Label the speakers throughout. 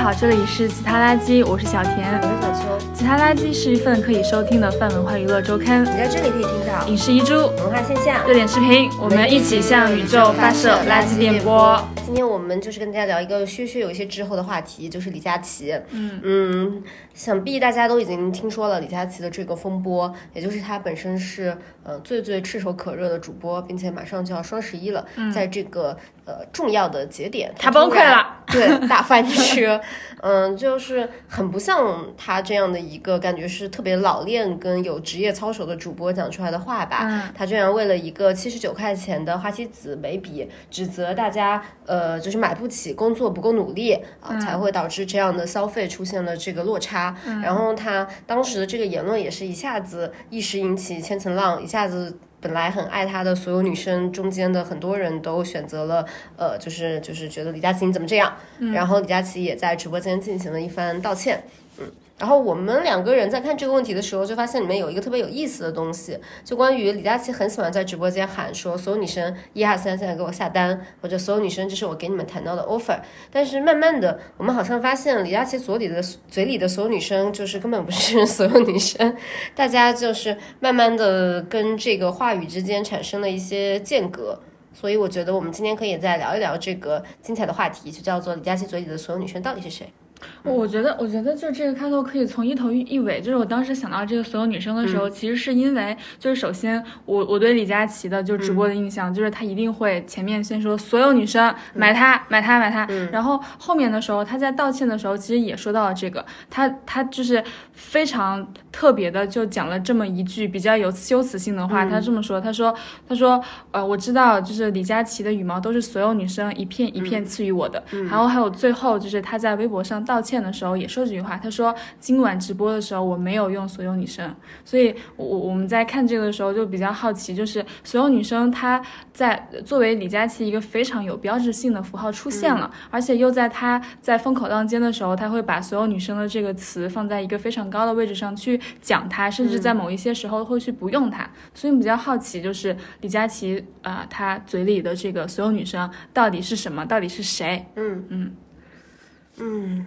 Speaker 1: 好，这里是吉他垃圾，我是小田
Speaker 2: 我。是小秋，
Speaker 1: 吉他垃圾是一份可以收听的泛文化娱乐周刊，
Speaker 2: 你在这里可以听到
Speaker 1: 影视一株，
Speaker 2: 文化现象
Speaker 1: 热。点视频，我们一起向宇宙发射垃圾电波。。
Speaker 2: 今天我们就是跟大家聊一个薛薛有一些滞后的话题，就是李佳琦。嗯嗯，想必大家都已经听说了李佳琦的这个风波，也就是他本身是呃最最炙手可热的主播，并且马上就要双十一了，在这崩溃了呃重要的节点，
Speaker 1: 嗯他崩溃了，
Speaker 2: 对，大翻车，嗯，就是很不像他这样的一个感觉是特别老练跟有职业操守的主播讲出来的话吧，他居然为了一个七十九块钱的花旗紫眉笔，指责大家呃就是买不起，工作不够努力啊、才会导致这样的消费出现了这个落差，然后他当时的这个言论也是一下子一时引起千层浪，一下子本来很爱他的所有女生中间的很多人都选择了，呃，就是就是觉得李佳琦你怎么这样？然后李佳琦也在直播间进行了一番道歉，嗯。然后我们两个人在看这个问题的时候，就发现里面有一个特别有意思的东西，就关于李佳琦很喜欢在直播间喊说所有女生一二三现在给我下单，或者所有女生这是我给你们谈到的 offer。但是慢慢的，我们好像发现李佳琦嘴里的嘴里的所有女生，就是根本不是所有女生，大家就是慢慢的跟这个话语之间产生了一些间隔，所以我觉得我们今天可以再聊一聊这个精彩的话题，就叫做李佳琦嘴里的所有女生到底是谁？
Speaker 1: 我觉得，我觉得就是这个开头可以从一头一尾，就是我当时想到这个所有女生的时候，其实是因为就是首先我我对李佳琦的就是直播的印象，就是他一定会前面先说所有女生买它买它买它，然后后面的时候他在道歉的时候，其实也说到了这个，他他就是非常特别的就讲了这么一句比较有羞耻性的话，他这么说，他说他说呃我知道就是李佳琦的羽毛都是所有女生一片一片赐予我的，然后还有最后就是他在微博上道歉的时候也说这句话，他说今晚直播的时候我没有用所有女生，所以我我我们在看这个的时候就比较好奇，就是所有女生她在作为李佳琦一个非常有标志性的符号出现了，而且又在她在风口浪尖的时候，她会把所有女生的这个词放在一个非常高的位置上去讲它，甚至在某一些时候会去不用它，所以我比较好奇，就是李佳琦啊、呃她嘴里的这个所有女生到底是什么，到底是谁？
Speaker 2: 嗯嗯嗯，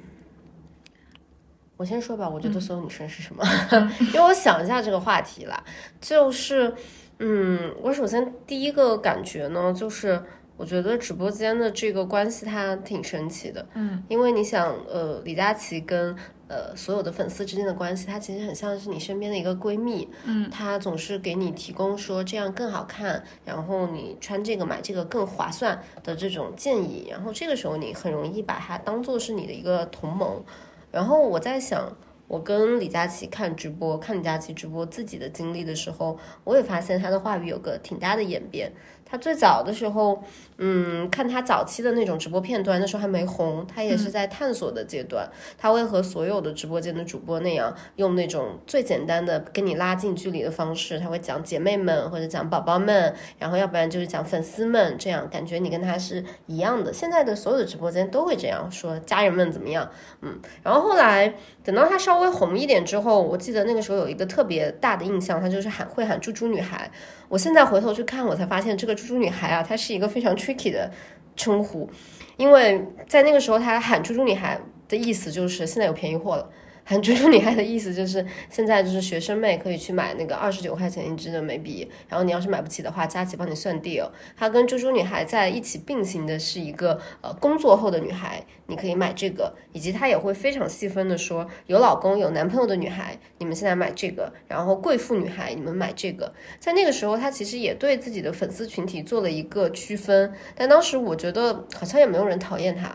Speaker 2: 我先说吧，我觉得所有女生是什么？ 因为我想一下这个话题啦，就是嗯，我首先第一个感觉呢，就是我觉得直播间的这个关系它挺神奇的，嗯，因为你想，呃，李佳琦跟。呃，所有的粉丝之间的关系，它其实很像是你身边的一个闺蜜，嗯，她总是给你提供说这样更好看，然后你穿这个买这个更划算的这种建议，然后这个时候你很容易把它当做是你的一个同盟。然后我在想，我跟李佳琦看直播，看李佳琦直播自己的经历的时候，我也发现他的话语有个挺大的演变。他最早的时候，嗯，看他早期的那种直播片段，那时候还没红，他也是在探索的阶段。他会和所有的直播间的主播那样，用那种最简单的跟你拉近距离的方式，他会讲姐妹们或者讲宝宝们，然后要不然就是讲粉丝们，这样感觉你跟他是一样的。现在的所有的直播间都会这样说家人们怎么样，嗯，然后后来。等到她稍微红一点之后，我记得那个时候有一个特别大的印象，她就是喊会喊“猪猪女孩”。我现在回头去看，我才发现这个“猪猪女孩”啊，她是一个非常 tricky 的称呼，因为在那个时候她喊“猪猪女孩”的意思就是现在有便宜货了。喊“猪猪女孩”的意思就是现在就是学生妹可以去买那个二十九块钱一支的眉笔，然后你要是买不起的话，佳琪帮你算 deal。她跟“猪猪女孩”在一起并行的是一个呃工作后的女孩，你可以买这个，以及她也会非常细分的说，有老公有男朋友的女孩，你们现在买这个，然后贵妇女孩你们买这个。在那个时候，她其实也对自己的粉丝群体做了一个区分，但当时我觉得好像也没有人讨厌她。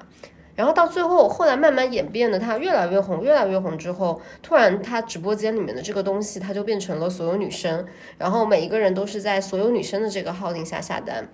Speaker 2: 然后到最后，后来慢慢演变的，她越来越红，越来越红之后，突然她直播间里面的这个东西，它就变成了所有女生，然后每一个人都是在所有女生的这个号令下下单。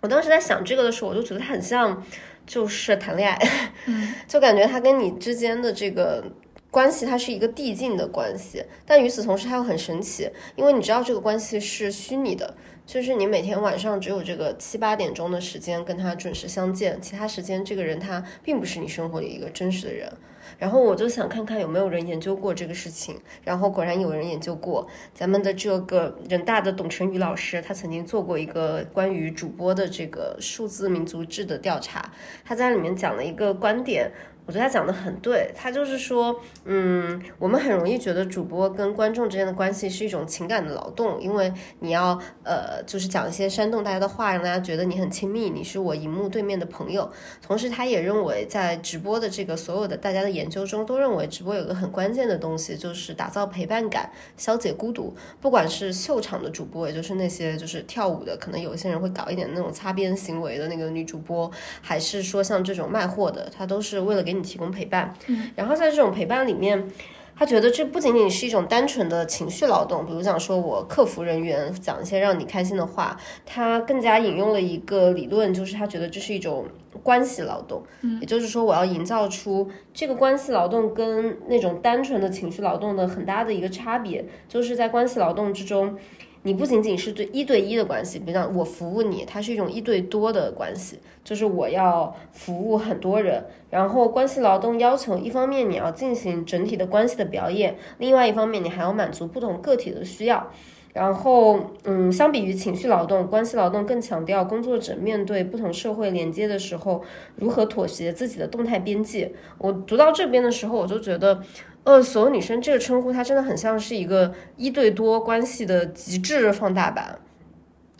Speaker 2: 我当时在想这个的时候，我就觉得她很像，就是谈恋爱， 就感觉她跟你之间的这个。关系它是一个递进的关系，但与此同时它又很神奇，因为你知道这个关系是虚拟的，就是你每天晚上只有这个七八点钟的时间跟他准时相见，其他时间这个人他并不是你生活里一个真实的人。然后我就想看看有没有人研究过这个事情，然后果然有人研究过。咱们的这个人大的董晨宇老师，他曾经做过一个关于主播的这个数字民族志的调查，他在里面讲了一个观点，我觉得他讲的很对，他就是说，嗯，我们很容易觉得主播跟观众之间的关系是一种情感的劳动，因为你要呃，就是讲一些煽动大家的话，让大家觉得你很亲密，你是我荧幕对面的朋友。同时，他也认为在直播的这个所有的大家的研究中，都认为直播有个很关键的东西，就是打造陪伴感，消解孤独。不管是秀场的主播，也就是那些就是跳舞的，可能有一些人会搞一点那种擦边行为的那个女主播，还是说像这种卖货的，她都是为了给你。提供陪伴，然后在这种陪伴里面，他觉得这不仅仅是一种单纯的情绪劳动，比如讲说我客服人员讲一些让你开心的话，他更加引用了一个理论，就是他觉得这是一种关系劳动，嗯，也就是说我要营造出这个关系劳动跟那种单纯的情绪劳动的很大的一个差别，就是在关系劳动之中。你不仅仅是对一对一的关系，比如讲我服务你，它是一种一对多的关系，就是我要服务很多人。然后关系劳动要求，一方面你要进行整体的关系的表演，另外一方面你还要满足不同个体的需要。然后，嗯，相比于情绪劳动，关系劳动更强调工作者面对不同社会连接的时候，如何妥协自己的动态边界。我读到这边的时候，我就觉得。呃，所有女生这个称呼，它真的很像是一个一对多关系的极致放大版。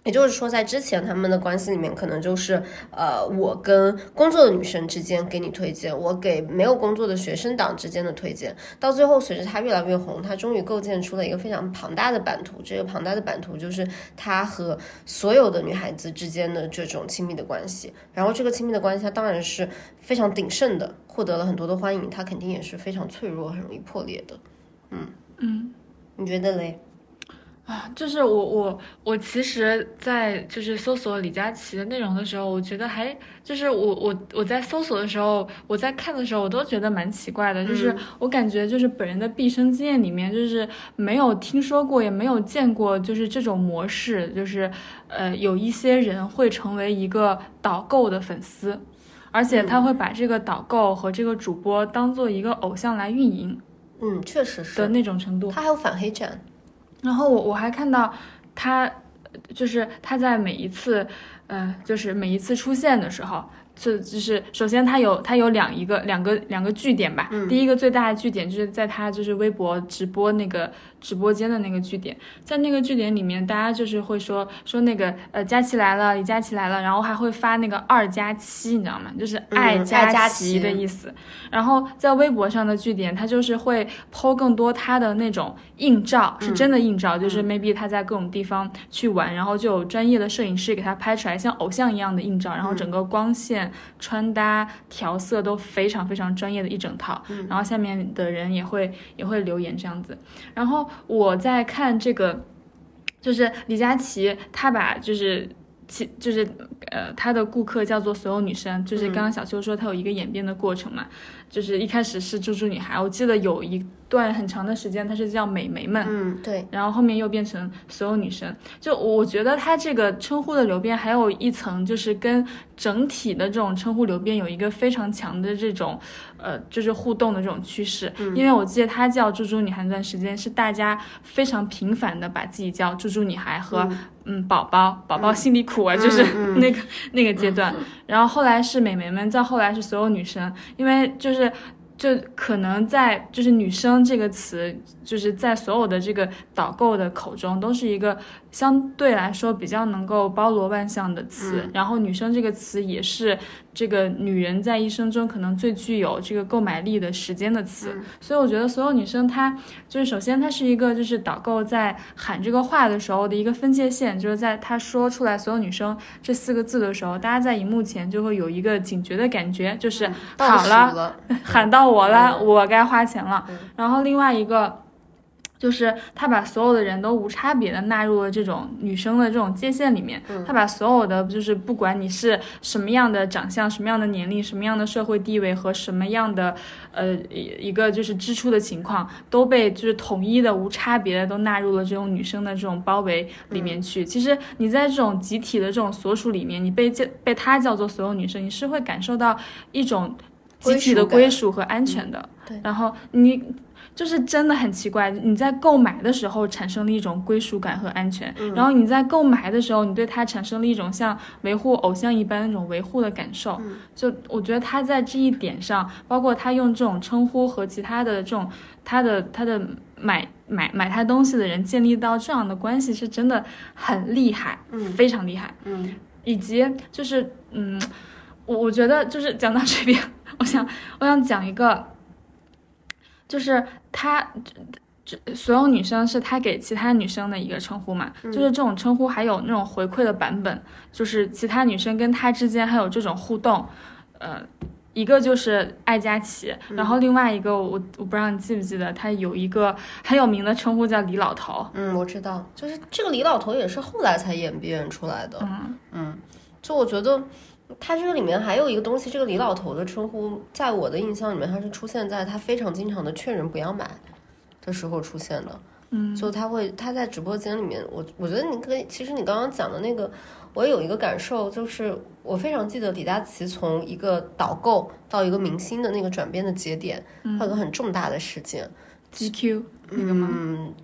Speaker 2: 也就是说，在之前他们的关系里面，可能就是呃，我跟工作的女生之间给你推荐，我给没有工作的学生党之间的推荐。到最后，随着她越来越红，她终于构建出了一个非常庞大的版图。这个庞大的版图就是她和所有的女孩子之间的这种亲密的关系。然后，这个亲密的关系，它当然是非常鼎盛的，获得了很多的欢迎。它肯定也是非常脆弱，很容易破裂的。嗯
Speaker 1: 嗯，
Speaker 2: 你觉得嘞？
Speaker 1: 啊，就是我我我其实，在就是搜索李佳琦的内容的时候，我觉得还就是我我我在搜索的时候，我在看的时候，我都觉得蛮奇怪的，就是我感觉就是本人的毕生经验里面，就是没有听说过，也没有见过，就是这种模式，就是呃，有一些人会成为一个导购的粉丝，而且他会把这个导购和这个主播当做一个偶像来运营，
Speaker 2: 嗯，确实是
Speaker 1: 的那种程度，
Speaker 2: 他还有反黑站。
Speaker 1: 然后我我还看到他，就是他在每一次，呃，就是每一次出现的时候，就就是首先他有他有两一个两个两个据点吧、嗯，第一个最大的据点就是在他就是微博直播那个直播间的那个据点，在那个据点里面，大家就是会说说那个呃佳琪来了，李佳琪来了，然后还会发那个二加七，你知道吗？就是嗯爱
Speaker 2: 佳
Speaker 1: 琪的意思、嗯。然后在微博上的据点，他就是会剖更多他的那种硬照，是真的硬照，
Speaker 2: 嗯、
Speaker 1: 就是 maybe 他在各种地方去玩，然后就有专业的摄影师给他拍出来像偶像一样的硬照，
Speaker 2: 嗯
Speaker 1: 然后整个光线。穿搭、调色都非常非常专业的一整套，
Speaker 2: 嗯、
Speaker 1: 然后下面的人也会也会留言这样子。然后我在看这个，就是李佳琦，他把就是其就是呃他的顾客叫做所有女生，就是刚刚小秋说他有一个演变的过程嘛，
Speaker 2: 嗯、
Speaker 1: 就是一开始是猪猪女孩，我记得有一段很长的时间她是叫美眉们，
Speaker 2: 嗯对，
Speaker 1: 然后后面又变成所有女生。就我觉得他这个称呼的流变还有一层就是跟。整体的这种称呼流变有一个非常强的这种，呃，就是互动的这种趋势。
Speaker 2: 嗯、
Speaker 1: 因为我记得她叫“猪猪女孩”那段时间，是大家非常频繁的把自己叫“猪猪女孩”和“嗯宝宝”，宝宝心里苦啊，
Speaker 2: 嗯、
Speaker 1: 就是那个、
Speaker 2: 嗯、
Speaker 1: 那个阶 段。然后后来是美眉们，再后来是所有女生，因为就是。就可能在就是“女生”这个词，就是在所有的这个导购的口中，都是一个相对来说比较能够包罗万象的词。
Speaker 2: 嗯、
Speaker 1: 然后“女生”这个词也是这个女人在一生中可能最具有这个购买力的时间的词。
Speaker 2: 嗯、
Speaker 1: 所以我觉得所有女生她就是首先她是一个就是导购在喊这个话的时候的一个分界线，就是在她说出来“所有女生”这四个字的时候，大家在荧幕前就会有一个警觉的感觉，就是
Speaker 2: 嗯
Speaker 1: 好
Speaker 2: 了，
Speaker 1: 嗯、 喊到。我了，我该花钱了。然后另外一个，就是他把所有的人都无差别的纳入了这种女生的这种界限里面。他把所有的就是不管你是什么样的长相、什么样的年龄、什么样的社会地位和什么样的呃一个就是支出的情况，都被就是统一的无差别的都纳入了这种女生的这种包围里面去。其实你在这种集体的这种所属里面，你被叫被他叫做所有女生，你是会感受到一种。集体的归属和安全的，
Speaker 2: 嗯、
Speaker 1: 然后你就是真的很奇怪。你在购买的时候产生了一种归属感和安全，然后你在购买的时候，你对他产生了一种像维护偶像一般那种维护的感受。
Speaker 2: 嗯
Speaker 1: 就我觉得他在这一点上，包括他用这种称呼和其他的这种他的他的买买买他东西的人建立到这样的关系，是真的很厉害，
Speaker 2: 嗯
Speaker 1: 非常厉害。
Speaker 2: 嗯
Speaker 1: 以及就是嗯，我我觉得就是讲到这边，我想我想讲一个，就是她这这所有女生是她给其他女生的一个称呼嘛，
Speaker 2: 嗯
Speaker 1: 就是这种称呼还有那种回馈的版本，就是其他女生跟她之间还有这种互动，呃。一个就是爱佳琪，然后另外一个我我不知道你记不记得，她有一个很有名的称呼叫李老头，
Speaker 2: 嗯，我知道，就是这个李老头也是后来才演变出来的。
Speaker 1: 嗯
Speaker 2: 嗯，就我觉得他这个里面还有一个东西，这个李老头的称呼，在我的印象里面，他是出现在他非常经常的劝人不要买的时候出现的。
Speaker 1: 嗯，
Speaker 2: 就他会他在直播间里面，我我觉得你跟其实你刚刚讲的那个，我有一个感受，就是我非常记得李佳琦从一个导购到一个明星的那个转变的节点，
Speaker 1: 嗯
Speaker 2: 他有个很重大的事件，
Speaker 1: GQ 那个吗？
Speaker 2: 嗯，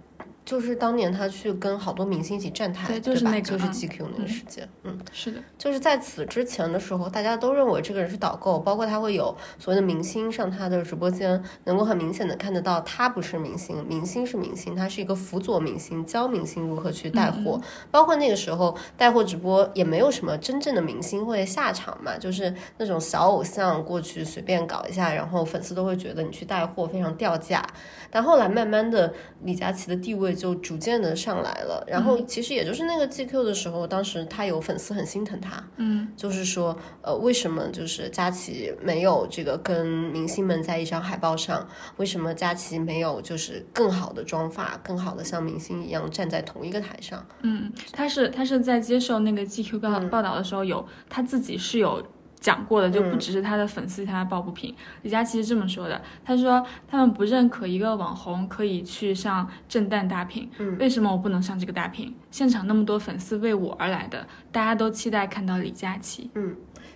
Speaker 2: 就是当年他去跟好多明星一起站台，
Speaker 1: 对
Speaker 2: 对，
Speaker 1: 就是
Speaker 2: 吧
Speaker 1: 那个
Speaker 2: 就是
Speaker 1: 嗯
Speaker 2: GQ 那
Speaker 1: 嗯
Speaker 2: 个事件，嗯。
Speaker 1: 是的，
Speaker 2: 就是在此之前的时候，大家都认为这个人是导购，包括他会有所谓的明星上他的直播间，能够很明显的看得到他不是明星，明星是明星，他是一个辅佐明星，教明星如何去带
Speaker 1: 嗯
Speaker 2: 货。包括那个时候带货直播也没有什么真正的明星会下场嘛，就是那种小偶像过去随便搞一下，然后粉丝都会觉得你去带货非常掉价。但后来慢慢的，李佳琦的地位就逐渐的上来了。然后其实也就是那个 GQ 的时候，当时他有粉丝很心疼他，
Speaker 1: 嗯
Speaker 2: 就是说，呃，为什么就是佳琪没有这个跟明星们在一张海报上？为什么佳琪没有就是更好的妆发，更好的像明星一样站在同一个台上？
Speaker 1: 嗯，他是他是在接受那个 GQ 报报道的时候有、他自己是有讲过的，就不只是他的粉丝替他抱不平。李佳琦是这么说的，他说他们不认可一个网红可以去上震旦大屏，为什么我不能上这个大屏？现场那么多粉丝为我而来的，大家都期待看到李佳琦。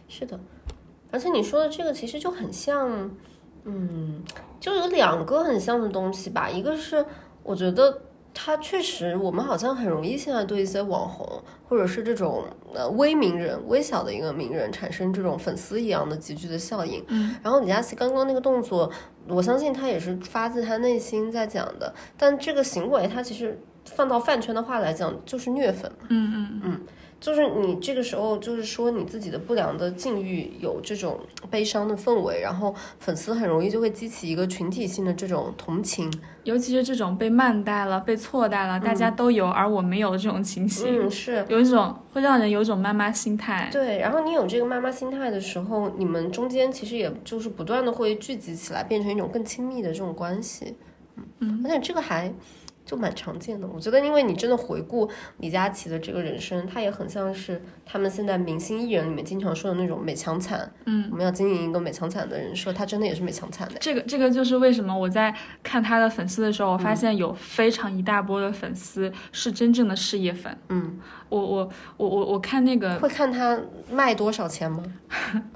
Speaker 2: 是的，而且你说的这个其实就很像，嗯，就有两个很像的东西吧。一个是我觉得它确实，我们好像很容易现在对一些网红或者是这种呃微名人、微小的一个名人产生这种粉丝一样的集聚的效应。
Speaker 1: 嗯，
Speaker 2: 然后李佳琦刚刚那个动作，我相信他也是发自他内心在讲的，但这个行为他其实放到饭圈的话来讲，就是虐粉。
Speaker 1: 嗯嗯嗯
Speaker 2: 就是你这个时候，就是说你自己的不良的境遇有这种悲伤的氛围，然后粉丝很容易就会激起一个群体性的这种同情。
Speaker 1: 尤其是这种被慢待了、被错待了，大家都有，而我没有这种情形，
Speaker 2: 嗯，是
Speaker 1: 有一种会让人有一种妈妈心态。
Speaker 2: 对。然后你有这个妈妈心态的时候，你们中间其实也就是不断的会聚集起来，变成一种更亲密的这种关系。
Speaker 1: 嗯
Speaker 2: 而且这个还就蛮常见的。我觉得，因为你真的回顾李佳琦的这个人生，他也很像是他们现在明星艺人里面经常说的那种美强惨。
Speaker 1: 嗯
Speaker 2: 我。们要经营一个美强惨的人设，他真的也是美强惨的。
Speaker 1: 这个这个就是为什么我在看他的粉丝的时候，我
Speaker 2: 嗯
Speaker 1: 发现有非常一大波的粉丝是真正的事业粉。
Speaker 2: 嗯，
Speaker 1: 我我我我我看那个
Speaker 2: 会看他卖多少钱吗？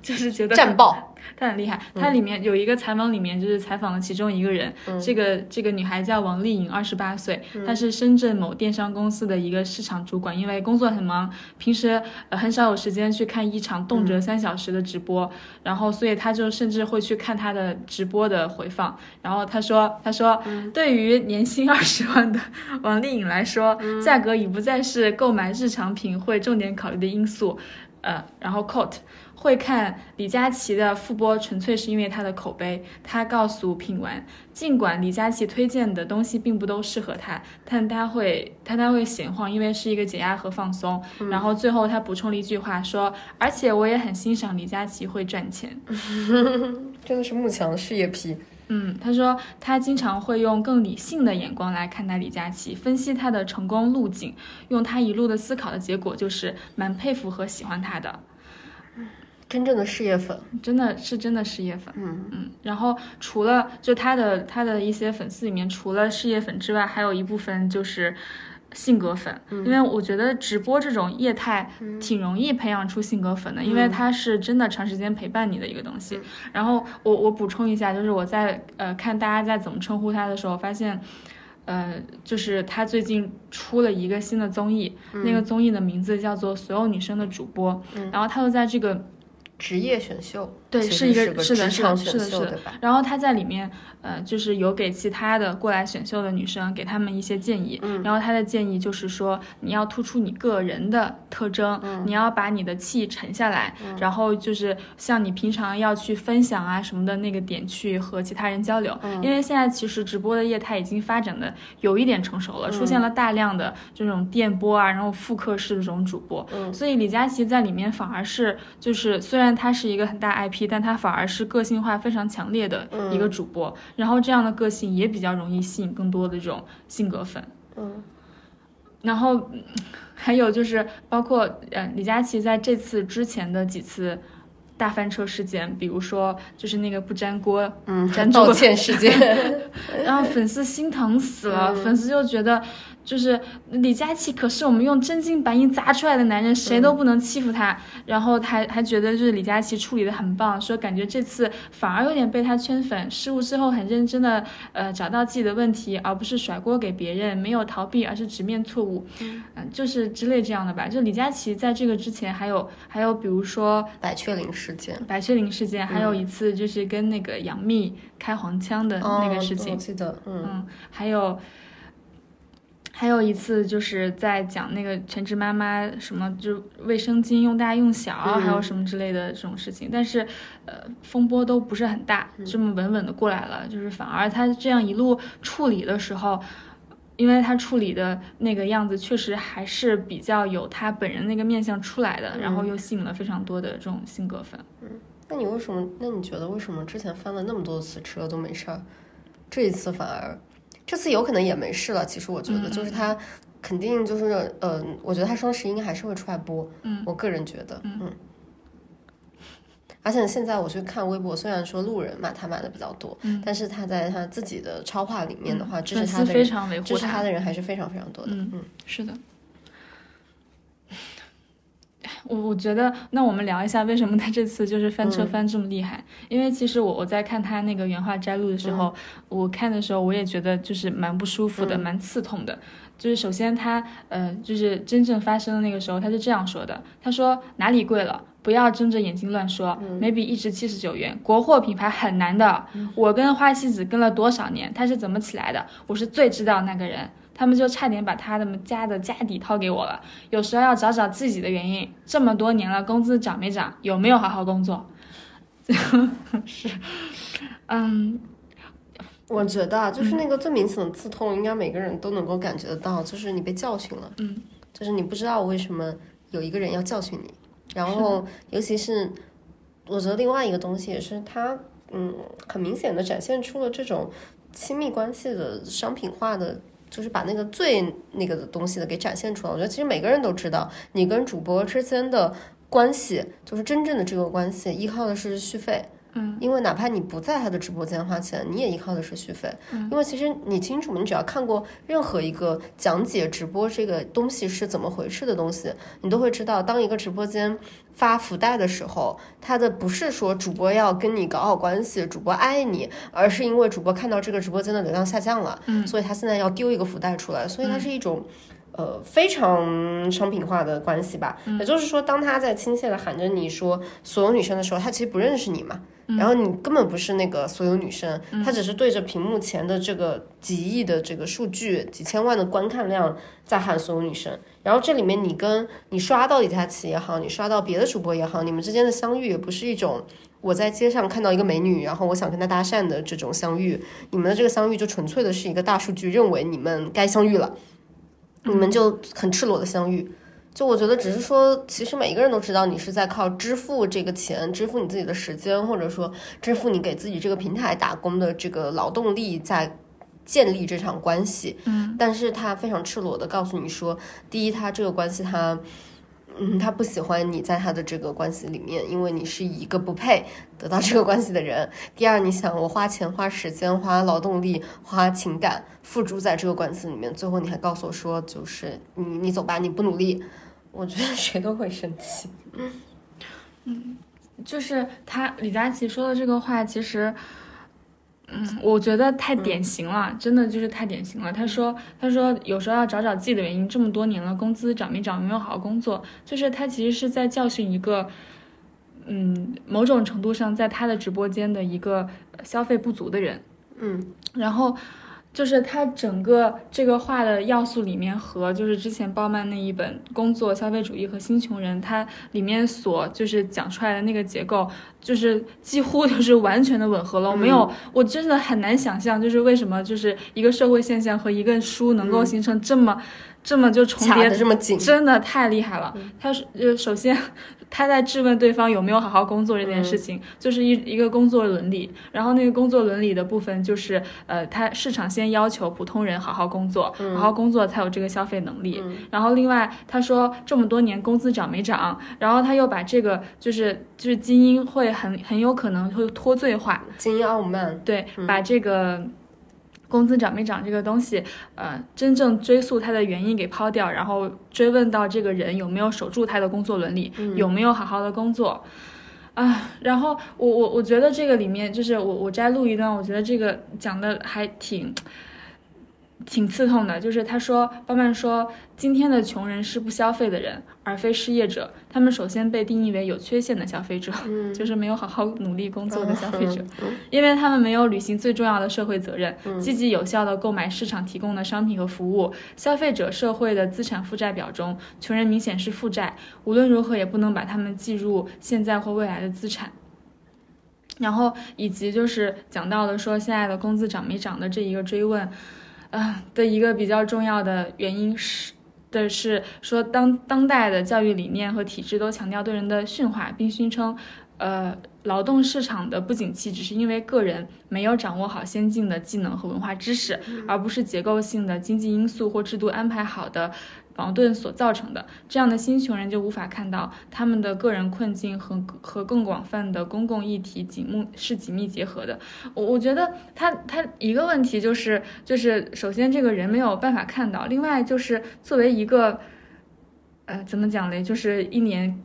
Speaker 1: 就是觉得
Speaker 2: 战报，
Speaker 1: 他很厉害。他里面有一个采访，里面就是采访了其中一个人，这个这个女孩叫王丽颖，二十八岁，她是深圳某电商公司的一个市场主管，因为工作很忙，平时呃很少有时间去看一场动辄三小时的直播，然后所以她就甚至会去看她的直播的回放。然后她说，她说，对于年薪二十万的王丽颖来说，价格已不再是购买日常品会重点考虑的因素。呃，然后 Coat 会看李佳琦的复播，纯粹是因为他的口碑。他告诉品玩，尽管李佳琦推荐的东西并不都适合他，但他会但他会闲晃，因为是一个解压和放松。然后最后他补充了一句话说：“而且我也很欣赏李佳琦会赚钱。”
Speaker 2: 真的是慕强事业批。
Speaker 1: 嗯，他说他经常会用更理性的眼光来看待李佳琦，分析他的成功路径，用他一路的思考的结果就是蛮佩服和喜欢他的，
Speaker 2: 真正的事业粉，
Speaker 1: 真的是真的事业粉。
Speaker 2: 嗯
Speaker 1: 嗯，然后除了就他的他的一些粉丝里面，除了事业粉之外，还有一部分就是。性格粉，因为我觉得直播这种业态挺容易培养出性格粉的，因为它是真的长时间陪伴你的一个东西。然后我我补充一下，就是我在呃看大家在怎么称呼他的时候，发现。呃，就是他最近出了一个新的综艺，那个综艺的名字叫做《所有女生的主播》，然后他就在这个
Speaker 2: 职业选秀，
Speaker 1: 对，
Speaker 2: 其
Speaker 1: 是
Speaker 2: 实
Speaker 1: 一
Speaker 2: 是
Speaker 1: 个是的，
Speaker 2: 职
Speaker 1: 是
Speaker 2: 场
Speaker 1: 的，
Speaker 2: 选
Speaker 1: 是的，
Speaker 2: 秀
Speaker 1: 是的
Speaker 2: 对吧。
Speaker 1: 然后他在里面，呃，就是有给其他的过来选秀的女生，给她们一些建议。然后他的建议就是说，你要突出你个人的特征，你要把你的气沉下来，然后就是像你平常要去分享啊什么的那个点去和其他人交流。因为现在其实直播的业态已经发展的有一点成熟
Speaker 2: 嗯
Speaker 1: 了，出现了大量的这种电播啊，然后复刻式的这种主播。
Speaker 2: 嗯
Speaker 1: 所以李佳琦在里面反而是就是虽然他是一个很大 IP，但他反而是个性化非常强烈的
Speaker 2: 嗯
Speaker 1: 一个主播，然后这样的个性也比较容易吸引更多的这种性格粉。
Speaker 2: 嗯，
Speaker 1: 然后嗯还有就是包括呃李佳琦在这次之前的几次。大翻车事件，比如说就是那个不粘锅，
Speaker 2: 嗯
Speaker 1: 粘住
Speaker 2: 道
Speaker 1: 了
Speaker 2: 歉事件，
Speaker 1: 然后粉丝心疼死了，粉丝就觉得就是李佳琦可是我们用真金白银砸出来的男人，谁都不能欺负他。然后还还觉得就是李佳琦处理的很棒，说感觉这次反而有点被他圈粉，失误之后很认真的呃找到自己的问题，而不是甩锅给别人，没有逃避，而是直面错误，嗯、就是之类这样的吧。就李佳琦在这个之前还有还有比如说
Speaker 2: 百雀羚事件，
Speaker 1: 白血灵事件，还有一次就是跟那个杨幂开黄腔的那个事情。
Speaker 2: 哦我记得，嗯
Speaker 1: 嗯，还有还有一次就是在讲那个全职妈妈什么，就是卫生巾用大用小，
Speaker 2: 嗯
Speaker 1: 还有什么之类的这种事情，但是呃风波都不是很大，
Speaker 2: 嗯
Speaker 1: 这么稳稳的过来了，就是反而他这样一路处理的时候。因为他处理的那个样子，确实还是比较有他本人那个面相出来的，然
Speaker 2: 嗯
Speaker 1: 后又吸引了非常多的这种性格粉。
Speaker 2: 那你为什么？那你觉得为什么之前翻了那么多次车都没事儿，这一次反而，这次有可能也没事了。其实我觉
Speaker 1: 嗯
Speaker 2: 得，就是他肯定就是，嗯、我觉得他双十一应该还是会出来播。
Speaker 1: 嗯，
Speaker 2: 我个人觉得，嗯。而且现在我去看微博，虽然说路人骂他骂的比较多，
Speaker 1: 嗯
Speaker 2: 但是他在他自己的超话里面的话，支持
Speaker 1: 粉
Speaker 2: 他
Speaker 1: 丝
Speaker 2: 的
Speaker 1: 非
Speaker 2: 人，
Speaker 1: 常维护
Speaker 2: 支持他的人还是非常非常多的。
Speaker 1: 嗯
Speaker 2: 嗯
Speaker 1: 是的。 我我觉得，那我们聊一下为什么他这次就是翻
Speaker 2: 嗯
Speaker 1: 车翻这么厉害？因为其实我我在看他那个原画摘录的时候，
Speaker 2: 嗯
Speaker 1: 我看的时候我也觉得就是蛮不舒服的，蛮刺痛的。就是首先他呃，就是真正发生的那个时候，他是这样说的：他说哪里贵了，不要睁着眼睛乱说，
Speaker 2: 嗯
Speaker 1: 每笔一直七十九元，国货品牌很难的。我跟花西子跟了多少年，他是怎么起来的，我是最知道那个人。他们就差点把他们家的家底掏给我了。有时候要找找自己的原因，这么多年了，工资涨没涨，有没有好好工作？ 是，嗯，
Speaker 2: 我觉得啊，就是那个最明显的刺痛，应该每个人都能够感觉得到，就是你被教训了。
Speaker 1: 嗯，
Speaker 2: 就是你不知道为什么有一个人要教训你，然后尤其是我觉得另外一个东西也是它，嗯，很明显的展现出了这种亲密关系的商品化的。就是把那个最那个的东西的给展现出来，我觉得其实每个人都知道，你跟主播之间的关系，就是真正的这个关系，依靠的是续费，因为哪怕你不在他的直播间花钱，你也依靠的是续费。因为其实你清楚，你只要看过任何一个讲解直播这个东西是怎么回事的东西，你都会知道，当一个直播间发福袋的时候，他的不是说主播要跟你搞好关系，主播爱你，而是因为主播看到这个直播间的流量下降了，
Speaker 1: 嗯
Speaker 2: 所以他现在要丢一个福袋出来，所以它是一种。呃，非常商品化的关系吧，也就是说，当他在亲切的喊着你说所有女生的时候，他其实不认识你嘛，然后你根本不是那个所有女生，她只是对着屏幕前的这个几亿的这个数据、几千万的观看量在喊所有女生。然后这里面你跟你刷到李佳琦也好，你刷到别的主播也好，你们之间的相遇也不是一种我在街上看到一个美女，然后我想跟她搭讪的这种相遇。你们的这个相遇就纯粹的是一个大数据认为你们该相遇了，你们就很赤裸的相遇。就我觉得，只是说，其实每一个人都知道你是在靠支付这个钱，支付你自己的时间，或者说支付你给自己这个平台打工的这个劳动力，在建立这场关系。
Speaker 1: 嗯，
Speaker 2: 但是他非常赤裸的告诉你说，第一，他这个关系他嗯，他不喜欢你在他的这个关系里面，因为你是一个不配得到这个关系的人。第二，你想我花钱、花时间、花劳动力、花情感付诸在这个关系里面，最后你还告诉我说，就是你你走吧，你不努力，我觉得谁都会生气。
Speaker 1: 嗯，就是他李佳琦说的这个话，其实。嗯，我觉得太典型了，嗯、真的就是太典型了。他说，他说有时候要找找自己的原因，这么多年了，工资涨没涨，没有好好工作，就是他其实是在教训一个，嗯，某种程度上在他的直播间的一个消费不足的人。
Speaker 2: 嗯，
Speaker 1: 然后就是他整个这个话的要素里面和就是之前鲍曼那一本《工作、消费主义和新穷人》，它里面所就是讲出来的那个结构。就是几乎就是完全的吻合了，我没有，嗯、我真的很难想象，就是为什么就是一个社会现象和一个书能够形成这么、嗯、这么就重叠
Speaker 2: 这么紧，
Speaker 1: 真的太厉害了。嗯、他呃，首先 他在质问对方有没有好好工作这件事情，就是一一个工作伦理，然后那个工作伦理的部分就是呃，他市场先要求普通人好好工作，好好工作才有这个消费能力。然后另外他说这么多年工资涨没涨，然后他又把这个就是就是精英会。很很有可能会脱罪化，
Speaker 2: 精英傲慢，
Speaker 1: 对，嗯、把这个工资涨没涨这个东西，呃，真正追溯它的原因给抛掉，然后追问到这个人有没有守住他的工作伦理，
Speaker 2: 嗯、
Speaker 1: 有没有好好的工作，啊，然后我我我觉得这个里面就是我我摘录一段，我觉得这个讲的还挺。挺刺痛的，就是他说，包曼说，今天的穷人是不消费的人，而非失业者。他们首先被定义为有缺陷的消费者，
Speaker 2: 嗯、
Speaker 1: 就是没有好好努力工作的消费者，
Speaker 2: 嗯、
Speaker 1: 因为他们没有履行最重要的社会责任，
Speaker 2: 嗯、
Speaker 1: 积极有效地购买市场提供的商品和服务。消费者社会的资产负债表中，穷人明显是负债，无论如何也不能把他们计入现在或未来的资产。然后以及就是讲到了说现在的工资涨没涨的这一个追问。啊、呃、的一个比较重要的原因是的是说当当代的教育理念和体制都强调对人的驯化，并宣称，呃，劳动市场的不景气只是因为个人没有掌握好先进的技能和文化知识，而不是结构性的经济因素或制度安排好的矛盾所造成的。这样的新穷人就无法看到他们的个人困境和和更广泛的公共议题紧密是紧密结合的。我我觉得他他一个问题就是就是首先这个人没有办法看到，另外就是作为一个，呃，怎么讲嘞？就是一年。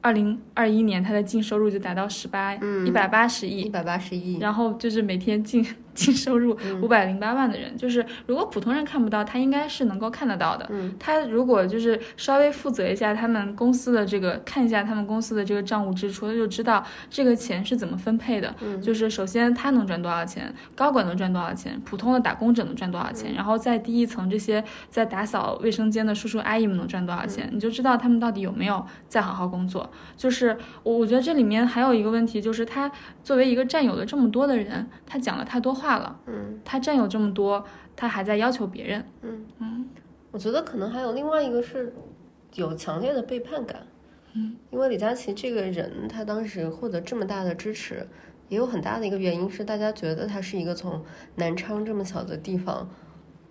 Speaker 1: 二零二一年，他的净收入就达到十八一百八十亿，
Speaker 2: 一百八十亿。
Speaker 1: 然后就是每天 净净收入五百零八万的人，嗯、就是如果普通人看不到，他应该是能够看得到的。
Speaker 2: 嗯，
Speaker 1: 他如果就是稍微负责一下他们公司的这个，看一下他们公司的这个账务支出，他就知道这个钱是怎么分配的。
Speaker 2: 嗯，
Speaker 1: 就是首先他能赚多少钱，高管能赚多少钱，普通的打工者能赚多少钱，
Speaker 2: 嗯、
Speaker 1: 然后在低一层这些在打扫卫生间的叔叔阿姨们能赚多少钱，
Speaker 2: 嗯、
Speaker 1: 你就知道他们到底有没有在好好工作。就是我，我觉得这里面还有一个问题，就是他作为一个占有了这么多的人，他讲了太多话了。
Speaker 2: 嗯，
Speaker 1: 他占有这么多，他还在要求别人。嗯嗯，
Speaker 2: 我觉得可能还有另外一个是有强烈的背叛感。
Speaker 1: 嗯，
Speaker 2: 因为李佳琦这个人，他当时获得这么大的支持，也有很大的一个原因是大家觉得他是一个从南昌这么小的地方。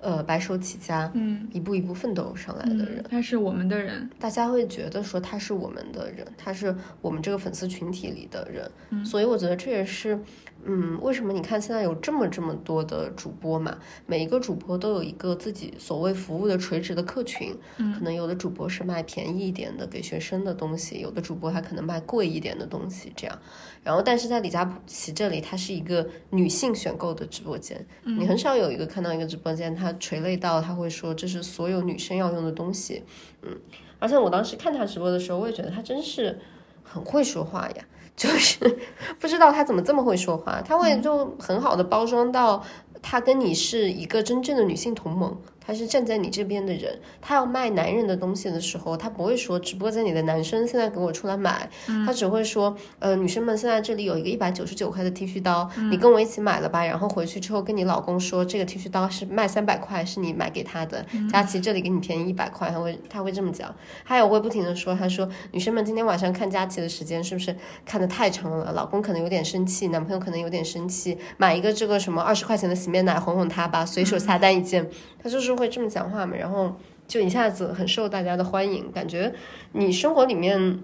Speaker 2: 呃，白手起家，
Speaker 1: 嗯，
Speaker 2: 一步一步奋斗上来的人，
Speaker 1: 嗯、他是我们的人，
Speaker 2: 大家会觉得说他是我们的人，他是我们这个粉丝群体里的人，
Speaker 1: 嗯、
Speaker 2: 所以我觉得这也是，嗯，为什么你看现在有这么这么多的主播嘛，每一个主播都有一个自己所谓服务的垂直的客群，
Speaker 1: 嗯、
Speaker 2: 可能有的主播是卖便宜一点的给学生的东西，有的主播还可能卖贵一点的东西，这样，然后但是在李佳琦这里，它是一个女性选购的直播间，
Speaker 1: 嗯
Speaker 2: 你很少有一个看到一个直播间它。垂泪到他会说这是所有女生要用的东西，嗯，而且我当时看他直播的时候，我也觉得他真是很会说话呀， 就是不知道他怎么这么会说话，他会就很好的包装到他跟你是一个真正的女性同盟，他是站在你这边的人，他要卖男人的东西的时候，他不会说直播间里的男生现在给我出来买，他只会说呃女生们现在这里有一个一百九十九块的剃须刀，你跟我一起买了吧，然后回去之后跟你老公说这个剃须刀是卖三百块，是你买给他的，佳琪这里给你便宜一百块，他会他会这么讲，还有会不停的说，他说女生们今天晚上看佳琪的时间是不是看的太长了，老公可能有点生气，男朋友可能有点生气，买一个
Speaker 1: 嗯
Speaker 2: 这个什么二十块钱的洗面奶哄哄他吧，随手下单一件，他就是。会这么讲话嘛？然后就一下子很受大家的欢迎，感觉你生活里面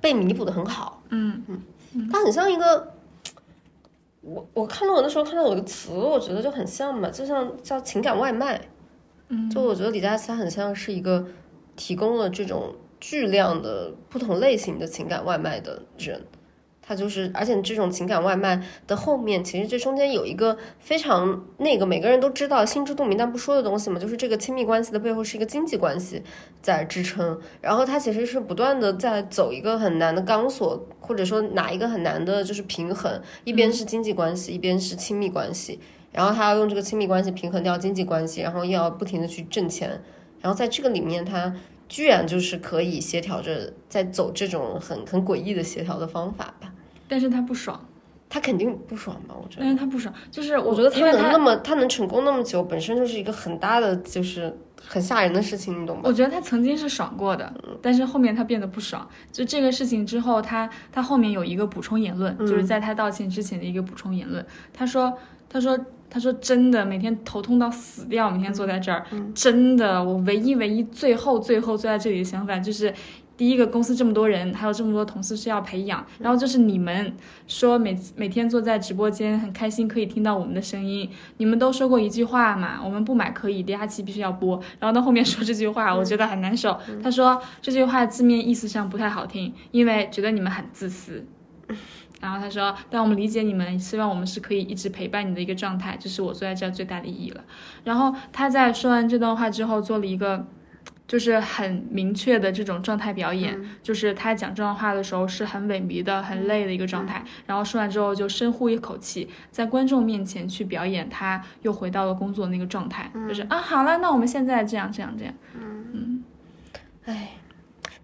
Speaker 2: 被弥补的很好。
Speaker 1: 嗯
Speaker 2: 嗯，它很像一个，我我看论文的时候看到有一个词，我觉得就很像嘛，就像叫情感外卖。
Speaker 1: 嗯，
Speaker 2: 就我觉得李佳琦很像是一个提供了这种巨量的不同类型的情感外卖的人。他就是，而且这种情感外卖的后面，其实这中间有一个非常那个每个人都知道、心知肚明但不说的东西嘛，就是这个亲密关系的背后是一个经济关系在支撑，然后他其实是不断的在走一个很难的钢索，或者说拿一个很难的就是平衡，一边是经济关系，一边是亲密关系，然后他要用这个亲密关系平衡掉经济关系，然后又要不停的去挣钱，然后在这个里面他。居然就是可以协调着在走这种很很诡异的协调的方法吧，
Speaker 1: 但是他不爽，
Speaker 2: 他肯定不爽吧？我觉
Speaker 1: 但是
Speaker 2: 得，
Speaker 1: 他不爽，就是
Speaker 2: 我
Speaker 1: 我
Speaker 2: 觉得
Speaker 1: 因
Speaker 2: 他
Speaker 1: 为
Speaker 2: 能
Speaker 1: 他
Speaker 2: 那么他能成功那么久，本身就是一个很大的就是很吓人的事情，你懂吧
Speaker 1: 我？觉得他曾经是爽过的，但是后面他变得不爽。就这个事情之后，他他后面有一个补充言论，就是在他道歉之前的一个补充言论。他说，他说，他说，真的每天头痛到死掉，每天坐在这儿，真的，我唯一唯一最后最后坐在这里的想法就是。第一个公司这么多人，还有这么多同事需要培养，然后就是你们说每每天坐在直播间很开心，可以听到我们的声音，你们都说过一句话嘛，我们不买可以，第二期必须要播。然后到后面说这句话，我觉得很难受。他说这句话字面意思上不太好听，因为觉得你们很自私。然后他说，但我们理解你们，希望我们是可以一直陪伴你的一个状态，这是我坐在这儿最大的意义了。然后他在说完这段话之后，做了一个。就是很明确的这种状态表演，就是他讲这段话的时候是很萎靡的、很累的一个状态，然后说完之后就深呼一口气，在观众面前去表演，他又回到了工作那个状态，就是啊，好了，那我们现在这样这样这样，
Speaker 2: 唉，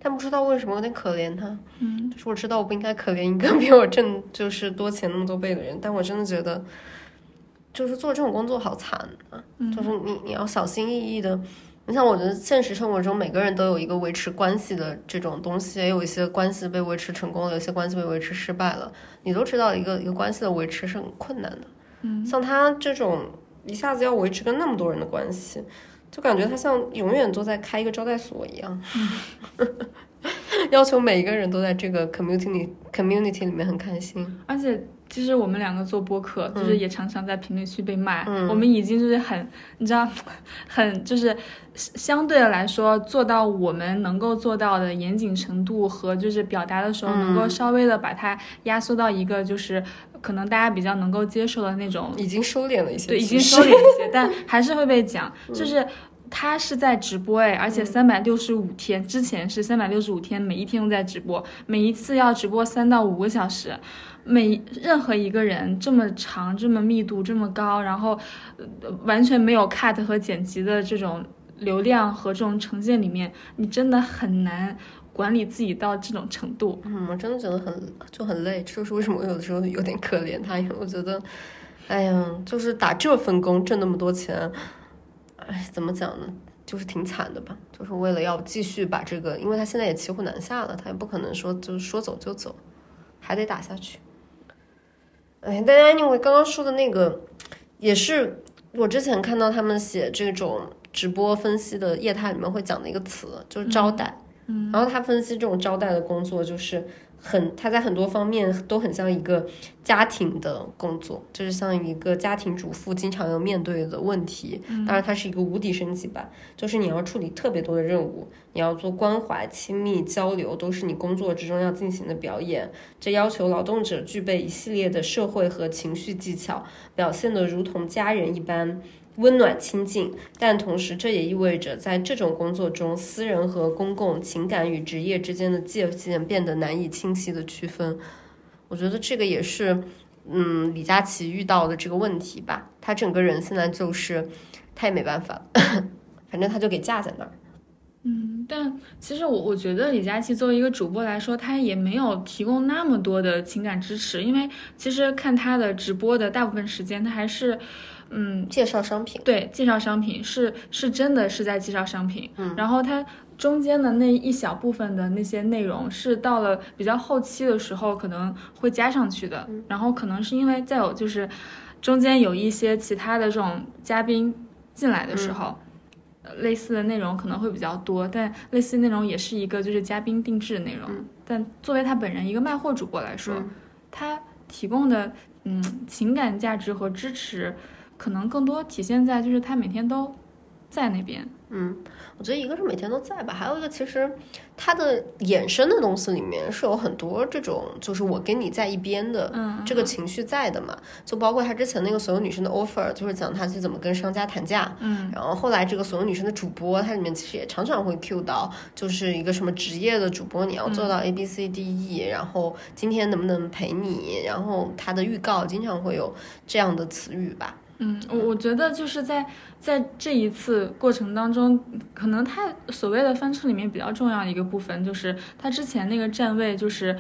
Speaker 2: 但不知道为什么有点可怜他。嗯，就是我知道我不应该可怜一个 比我挣就是多钱那么多倍的人，但我真的觉得，就是做这种工作好惨啊！就是你你要小心翼翼的。你像，我觉得现实生活中每个人都有一个维持关系的这种东西，也有一些关系被维持成功了，有些关系被维持失败了。你都知道，一个一个关系的维持是很困难的。嗯，像他这种一下子要维持跟那么多人的关系，就感觉他像永远都在开一个招待所一样，要求每一个人都在这个 community community 里面很开心。
Speaker 1: 而且其实我们两个做播客，就是也常常在评论区被骂，我们已经就是很，你知道，很就是相对的来说，做到我们能够做到的严谨程度和就是表达的时候，能够稍微的把它压缩到一个就是可能大家比较能够接受的那种
Speaker 2: 已经收敛了一些，嗯
Speaker 1: 对，已
Speaker 2: 其
Speaker 1: 经
Speaker 2: 实
Speaker 1: 收敛一 些，但还是会被讲，就是。他是在直播哎，而且
Speaker 2: 嗯
Speaker 1: 三百六十五天、之前是三百六十五天，每一天都在直播，每一次要直播三到五个小时，每任何一个人这么长、这么密度、这么高，然后、呃完全没有 cut 和剪辑的这种流量和这种呈现里面，你真的很难管理自己到这种程度。
Speaker 2: 嗯，我真的觉得很就很累，这就是为什么我有的时候有点可怜他，因为我觉得，哎呀，就是打这份工挣那么多钱，哎，怎么讲呢？就是挺惨的吧，就是为了要继续把这个，因为他现在也骑虎难下了，他也不可能说就是说走就走，还得打下去。哎，但 anyway，刚刚说的那个也是我之前看到他们写这种直播分析的业态里面会讲的一个词，就是招待。然后他分析这种招待的工作，就是很他在很多方面都很像一个家庭的工作，就是像一个家庭主妇经常要面对的问题。当然，它是一个无敌升级版，就是你要处理特别多的任务，你要做关怀、亲密交流，都是你工作之中要进行的表演。这要求劳动者具备一系列的社会和情绪技巧，表现得如同家人一般。温暖亲近，但同时这也意味着，在这种工作中，私人和公共情感与职业之间的界限变得难以清晰的区分。我觉得这个也是，嗯，李佳琦遇到的这个问题吧。他整个人现在就是，他也没办法了， 反正他就给架在那儿。
Speaker 1: 嗯，但其实我我觉得李佳琦作为一个主播来说，他也没有提供那么多的情感支持，因为其实看他的直播的大部分时间，他还是，嗯，
Speaker 2: 介绍商品，
Speaker 1: 对，介绍商品是是真的是在介绍商品，嗯，然后它中间的那一小部分的那些内容是到了比较后期的时候可能会加上去的，
Speaker 2: 嗯
Speaker 1: 然后可能是因为再有
Speaker 2: 嗯
Speaker 1: 就是中间有一些其他的这种嘉宾进来的时候。类似的内容可能会比较多，但类似内容也是一个就是嘉宾定制的内容。
Speaker 2: 嗯
Speaker 1: 但作为他本人一个卖货主播来说，
Speaker 2: 嗯
Speaker 1: 他提供的嗯情感价值和支持，可能更多体现在就是他每天都在那边。
Speaker 2: 嗯，我觉得一个是每天都在吧，还有一个其实它的衍生的东西里面是有很多这种，就是我跟你在一边的
Speaker 1: 嗯
Speaker 2: 这个情绪在的嘛，就包括她之前那个所有女生的 offer，就是讲她去怎么跟商家谈价，
Speaker 1: 嗯
Speaker 2: 然后后来这个所有女生的主播，它里面其实也常常会 cue 到，就是一个什么职业的主播，你要
Speaker 1: 嗯
Speaker 2: 做到 A B C D E，、然后今天能不能陪你，然后它的预告经常会有这样的词语吧，
Speaker 1: 嗯，我我觉得就是在在这一次过程当中，可能他所谓的翻车里面比较重要的一个部分，就是他之前那个站位就是。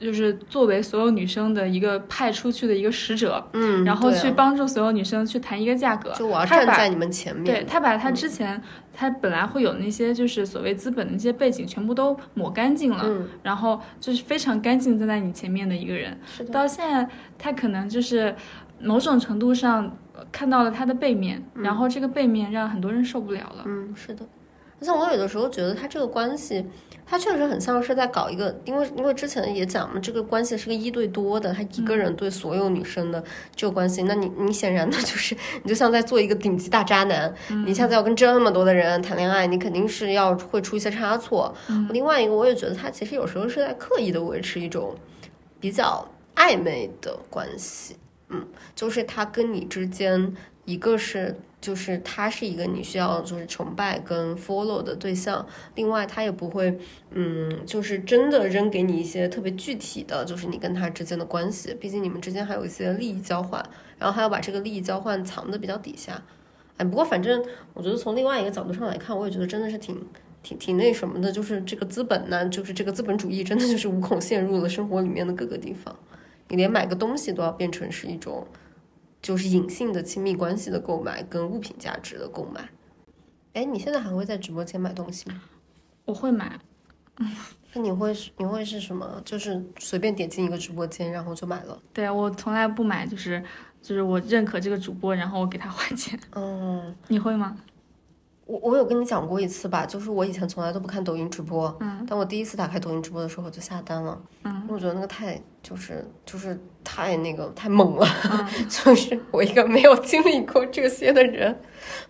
Speaker 1: 就是作为所有女生的一个派出去的一个使者，
Speaker 2: 嗯
Speaker 1: 然后
Speaker 2: 对啊啊
Speaker 1: 去帮助所有女生去谈一个价格。
Speaker 2: 就嗯我要
Speaker 1: 他
Speaker 2: 站
Speaker 1: 把
Speaker 2: 在你们前面，
Speaker 1: 对他把他之前、他本来会有那些就是所谓资本的那些背景全部都抹干净了，
Speaker 2: 嗯
Speaker 1: 然后就是非常干净站在你前面的一个人。
Speaker 2: 是的，
Speaker 1: 到现在，他可能就是某种程度上呃看到了他的背面，然后这个背面让很多人受不了了。
Speaker 2: 嗯，是的。而且我有的时候觉得他这个关系，他确实很像是在搞一个，因为因为之前也讲嘛，这个关系是个一对多的，他一个人对所有女生的这个关系，那你你显然的就是你就像在做一个顶级大渣男，你一下子要跟这么多的人谈恋爱，你肯定是要会出一些差错。另外一个，我也觉得他其实有时候是在刻意的维持一种比较暧昧的关系，嗯，就是他跟你之间，一个是就是他是一个你需要就是崇拜跟 follow 的对象，另外他也不会，嗯，就是真的扔给你一些特别具体的，就是你跟他之间的关系，毕竟你们之间还有一些利益交换，然后还要把这个利益交换藏的比较底下，哎，不过反正我觉得从另外一个角度上来看，我也觉得真的是挺。挺挺那什么的，就是这个资本呢，就是这个资本主义，真的就是无孔陷入了生活里面的各个地方。你连买个东西都要变成是一种，就是隐性的亲密关系的购买跟物品价值的购买。哎，你现在还会在直播间买东西吗？
Speaker 1: 我会买，
Speaker 2: 那你会是你会是什么？就是随便点进一个直播间，然后就买了。
Speaker 1: 对我从来不买，就是就是我认可这个主播，然后我给他花钱。
Speaker 2: 嗯，
Speaker 1: 你会吗？
Speaker 2: 我我有跟你讲过一次吧，就是我以前从来都不看抖音直播，嗯，但我第一次打开抖音直播的时候，我就下单了，嗯，因为我觉得那个太就是就是太那个太猛了， 就是我一个没有经历过这些的人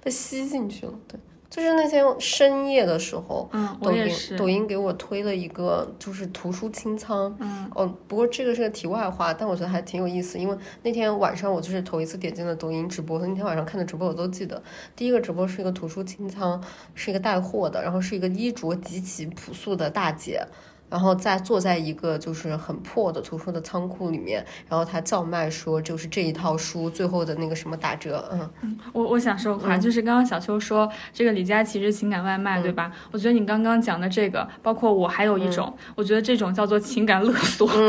Speaker 2: 被吸进去了，对，就是那些深夜的时候，
Speaker 1: 嗯，
Speaker 2: 抖
Speaker 1: 我也
Speaker 2: 音
Speaker 1: 是。
Speaker 2: 抖音给我推了一个就是图书清仓，嗯，哦，不过这个是个题外话，但我觉得还挺有意思，因为那天晚上我就是头一次点进了抖音直播，那天晚上看的直播我都记得。第一个直播是一个图书清仓，是一个带货的，然后是一个衣着极其朴素的大姐。然后再坐在一个就是很破的图书的仓库里面，然后她叫卖说，就是这一套书最后的那个什么打折，嗯，
Speaker 1: 我我想说话，就是刚刚小秋说这个李佳琦是情感外
Speaker 2: 嗯
Speaker 1: 卖，对吧？我觉得你刚刚讲的这个，包括我还有一种，我觉得这种叫做情感勒索，
Speaker 2: 嗯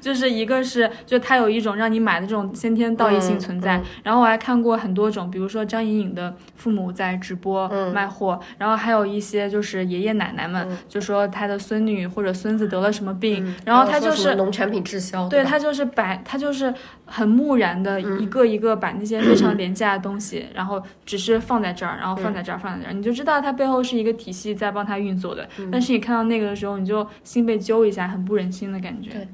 Speaker 1: 就是一个是就他有一种让你买的这种先天道义
Speaker 2: 嗯
Speaker 1: 性存在，然后我还看过很多种，比如说张颖颖的父母在直播
Speaker 2: 嗯
Speaker 1: 卖货，然后还有一些就是爷爷奶奶们就说他的孙女或者孙子得了什么病，然后他
Speaker 2: 嗯说
Speaker 1: 就
Speaker 2: 什
Speaker 1: 是
Speaker 2: 么农产品滞销，
Speaker 1: 对
Speaker 2: 吧嗯
Speaker 1: 他就是摆，他就是很木然的一个一个把那些非 常廉价的东西，然后只是放在这儿，然后放在这儿，放在这儿，你就知道它背后是一个体系在帮他运作的。
Speaker 2: 嗯
Speaker 1: 但是你看到那个的时候，你就心被揪一下，很不忍心的感觉
Speaker 2: 对。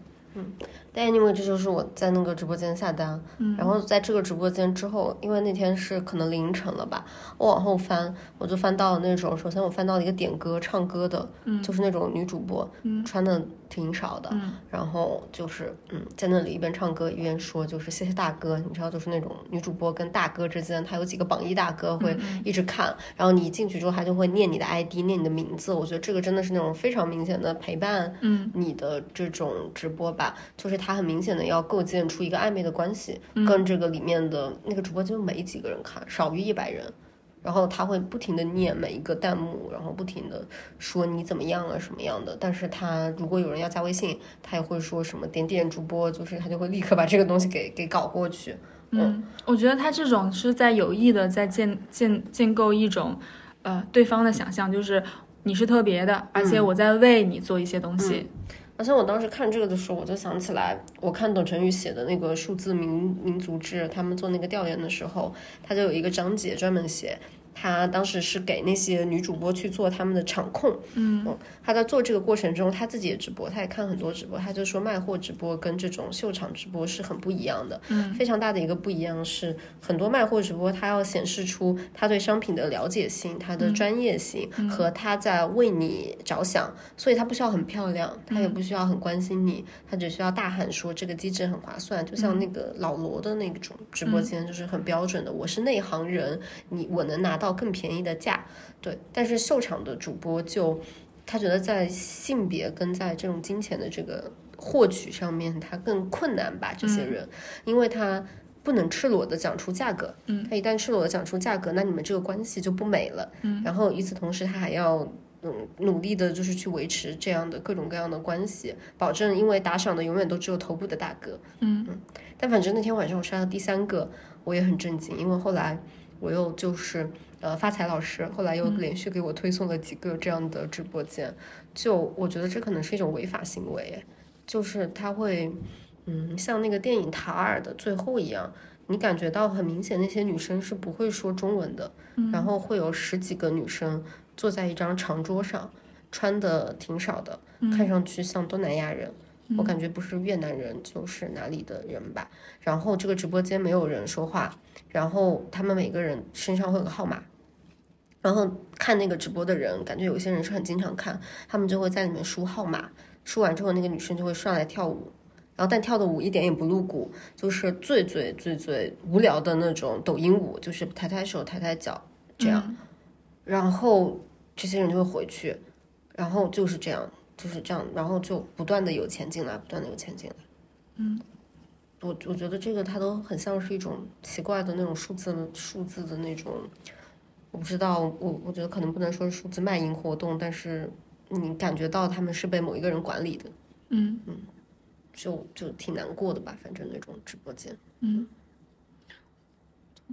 Speaker 2: 但 anyway，这就是我在那个直播间下单，然后在这个直播间之后，因为那天是可能凌晨了吧，我往后翻，我就翻到那种，首先我翻到了一个点歌唱歌的，就是那种女主播，穿的挺少的，然后就是嗯，在那里一边唱歌一边说，就是谢谢大哥，你知道，就是那种女主播跟大哥之间，她有几个榜一大哥会一直看，然后你一进去之后，他就会念你的 ID，念你的名字，我觉得这个真的是那种非常明显的陪伴，
Speaker 1: 嗯，
Speaker 2: 你的这种直播吧，就是他很明显的要构建出一个暧昧的关系，跟这个里面的那个直播间没几个人看，少于一百人。然后他会不停的念每一个弹幕，然后不停的说你怎么样啊什么样的。但是他如果有人要加微信，他也会说什么点点主播，就是他就会立刻把这个东西给给搞过去。
Speaker 1: 嗯，
Speaker 2: 哦
Speaker 1: 我觉得他这种是在有意的在建建建构一种，呃，对方的想象，就是你是特别的，而且
Speaker 2: 嗯
Speaker 1: 我在为你做一些东西。
Speaker 2: 而且我当时看这个的时候，我就想起来，我看董晨宇写的那个《数字民民族志》，他们做那个调研的时候，他就有一个章节专门写他当时是给那些女主播去做他们的场控，
Speaker 1: 嗯
Speaker 2: 嗯，他在做这个过程中，他自己也直播，他也看很多直播，他就说卖货直播跟这种秀场直播是很不一样的，
Speaker 1: 嗯，
Speaker 2: 非常大的一个不一样是，很多卖货直播他要显示出他对商品的了解性、他
Speaker 1: 嗯
Speaker 2: 的专业性、和他在为你着想，所以他不需要很漂
Speaker 1: 嗯
Speaker 2: 亮，他也不需要很关心你，他只需要大喊说这个机制很划算，就
Speaker 1: 嗯
Speaker 2: 像那个老罗的那种直播间就是很标准的，我是内行人，你我能拿到更便宜的价，对，但是秀场的主播就。他觉得在性别跟在这种金钱的这个获取上面，他更困难吧？这
Speaker 1: 嗯
Speaker 2: 些人，因为他不能赤裸的讲出价格，
Speaker 1: 嗯，
Speaker 2: 他一旦赤裸的讲出价格，那你们这个关系就不美了，
Speaker 1: 嗯，
Speaker 2: 然后与此同时，他还要。嗯，努力的就是去维持这样的各种各样的关系，保证因为打赏的永远都只有头部的大哥。
Speaker 1: 嗯
Speaker 2: 但反正那天晚上我刷到第三个，我也很震惊，因为后来我又就是呃发财老师，后来又连续给我推送了几个这样的直播间，就我觉得这可能是一种违法行为，就是他会嗯像那个电影《塔尔》的最后一样。你感觉到很明显，那些女生是不会说中文的，然后会有十几个女生坐在一张长桌上，穿的挺少的，看上去像东南亚人，我感觉不是越南人就是哪里的人吧。然后这个直播间没有人说话，然后他们每个人身上会有个号码，然后看那个直播的人，感觉有些人是很经常看，他们就会在里面输号码，输完之后那个女生就会上来跳舞。然后，但跳的舞一点也不露骨，就是最最最最无聊的那种抖音舞，就是抬抬手、抬抬脚这样。然后这些人就会回去，然后就是这样，就是这样，然后就不断的有钱进来，不断的有钱进来。嗯，我我觉得这个它都很像是一种奇怪的那种数字数字的那种，我不知道，我我觉得可能不能说是数字卖淫活动，但是你感觉到他们是被某一个人管理的，
Speaker 1: 嗯
Speaker 2: 就就挺难过的吧，反正那种直播间。
Speaker 1: 嗯，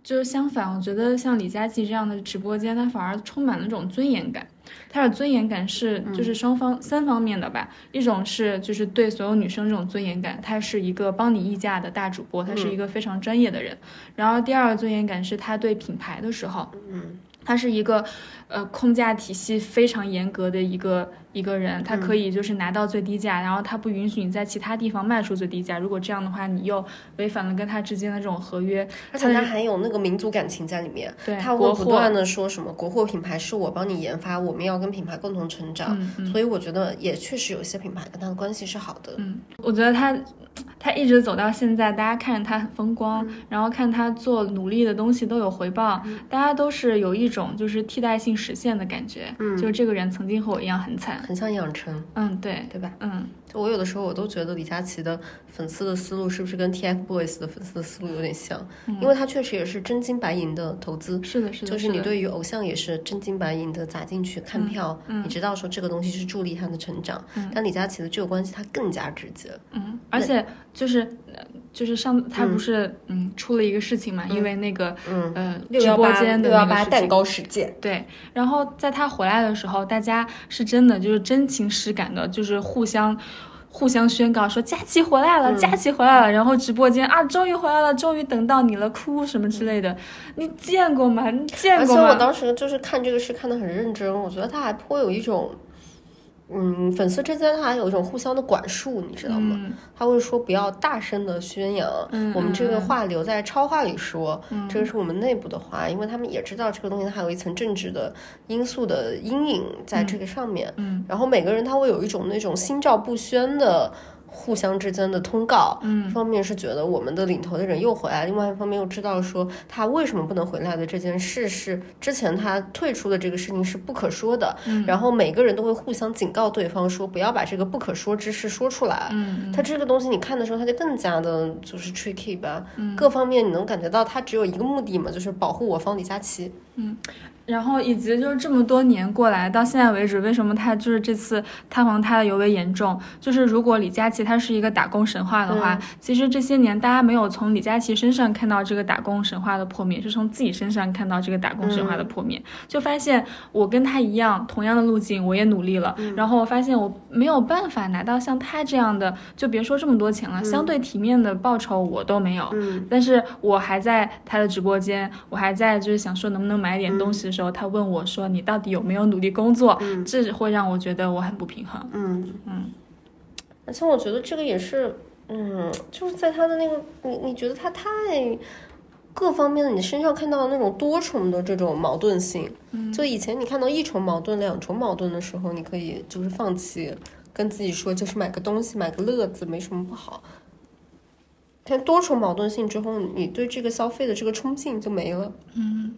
Speaker 1: 就是相反，我觉得像李佳琦这样的直播间，它反而充满了一种尊严感。它的尊严感是就是双方、三方面的吧，一种是就是对所有女生这种尊严感，他是一个帮你议价的大主播，他是一个非常专业的人。然后第二个尊严感是他对品牌的时候，
Speaker 2: 嗯
Speaker 1: 他是一个，呃，控价体系非常严格的一个一个人，他可以就是拿到最低价，然后他不允许你在其他地方卖出最低价。如果这样的话，你又违反了跟他之间的这种合约。
Speaker 2: 而且它还有那个民族感情在里面，
Speaker 1: 对
Speaker 2: 他会
Speaker 1: 国
Speaker 2: 不
Speaker 1: 货
Speaker 2: 断的说什么国货品牌是我帮你研发，我们要跟品牌共同成长，
Speaker 1: 嗯嗯
Speaker 2: 所以我觉得也确实有一些品牌跟他的关系是好的，
Speaker 1: 嗯，我觉得他他一直走到现在，大家看着他很风光，然后看他做努力的东西都有回报，大家都是有一种就是替代性实现的感觉。嗯，就是这个人曾经和我一样很惨。
Speaker 2: 很像养成，
Speaker 1: 嗯，对，
Speaker 2: 对吧？
Speaker 1: 嗯，
Speaker 2: 就我有的时候我都觉得李佳琦的粉丝的思路是不是跟 TFBOYS 的粉丝的思路有点像，因为他确实也是真金白银的投资，
Speaker 1: 是嗯的，是的，
Speaker 2: 就是
Speaker 1: 的
Speaker 2: 你对于偶像也是真金白银的砸进去看票，
Speaker 1: 嗯
Speaker 2: 你知道说这个东西是助力他的成长，但李佳琦的这个关系他更加直接，
Speaker 1: 嗯，而且就是呃就是上他不是嗯出了一个事情嘛，因为那个
Speaker 2: 嗯
Speaker 1: 呃
Speaker 2: 六
Speaker 1: 直
Speaker 2: 幺
Speaker 1: 播
Speaker 2: 八
Speaker 1: 间的
Speaker 2: 六
Speaker 1: 那
Speaker 2: 幺
Speaker 1: 个
Speaker 2: 八
Speaker 1: 事情
Speaker 2: 蛋糕事件，
Speaker 1: 对，然后在他回来的时候，大家是真的就是真情实感的，就是互相。互相宣告说佳琪回来
Speaker 2: 嗯
Speaker 1: 了，佳琪回来了，然后直播间啊，终于回来了，终于等到你了，哭什么之类的，你见过吗？你见
Speaker 2: 嗯而且
Speaker 1: 过
Speaker 2: 我
Speaker 1: 吗？
Speaker 2: 当时就是看这个事看得很认真，我觉得他还颇有一种，嗯，粉丝之间他还有一种互相的管束，你知道吗？
Speaker 1: 嗯
Speaker 2: 他会说不要大声的宣扬，
Speaker 1: 嗯
Speaker 2: 我们这
Speaker 1: 嗯
Speaker 2: 个
Speaker 1: 嗯
Speaker 2: 话留在超话里说，这个是我们内部的话，因为他们也知道这个东西它还有一层政治的因素的阴影在这个上面。
Speaker 1: 嗯
Speaker 2: 然后每个人他会有一种那种心照不宣的。互相之间的通告，一
Speaker 1: 嗯
Speaker 2: 方面是觉得我们的领头的人又回来，另外一方面又知道说他为什么不能回来的这件事是之前他退出的这个事情是不可说的，
Speaker 1: 嗯
Speaker 2: 然后每个人都会互相警告对方说不要把这个不可说之事说出来，
Speaker 1: 嗯
Speaker 2: 他这个东西你看的时候，他就更加的就是 tricky 吧，
Speaker 1: 嗯
Speaker 2: 各方面你能感觉到他只有一个目的嘛，就是保护我方李佳琦。
Speaker 1: 然后以及就是这么多年过来，到现在为止，为什么他就是这次塌房塌的尤为严重？就是如果李佳琪她是一个打工神话的话，其实这些年大家没有从李佳琦身上看到这个打工神话的破灭，是从自己身上看到这个打工神话的破灭，就发现我跟他一样，同样的路径，我也努力了，然后我发现我没有办法拿到像他这样的，就别说这么多钱了，相对体面的报酬我都没有，但是我还在他的直播间，我还在就是想说能不能买点东西的时候，他问我说你到底有没有努力工作，这会让我觉得我很不平衡。
Speaker 2: 嗯嗯，而且我觉得这个也是，嗯，就是在他的那个，你你觉得他太各方面的，你身上看到的那种多重的这种矛盾性，
Speaker 1: 嗯
Speaker 2: 就以前你看到一重矛盾、两重矛盾的时候，你可以就是放弃，跟自己说就是买个东西、买个乐子没什么不好。但多重矛盾性之后，你对这个消费的这个冲劲就没了。
Speaker 1: 嗯。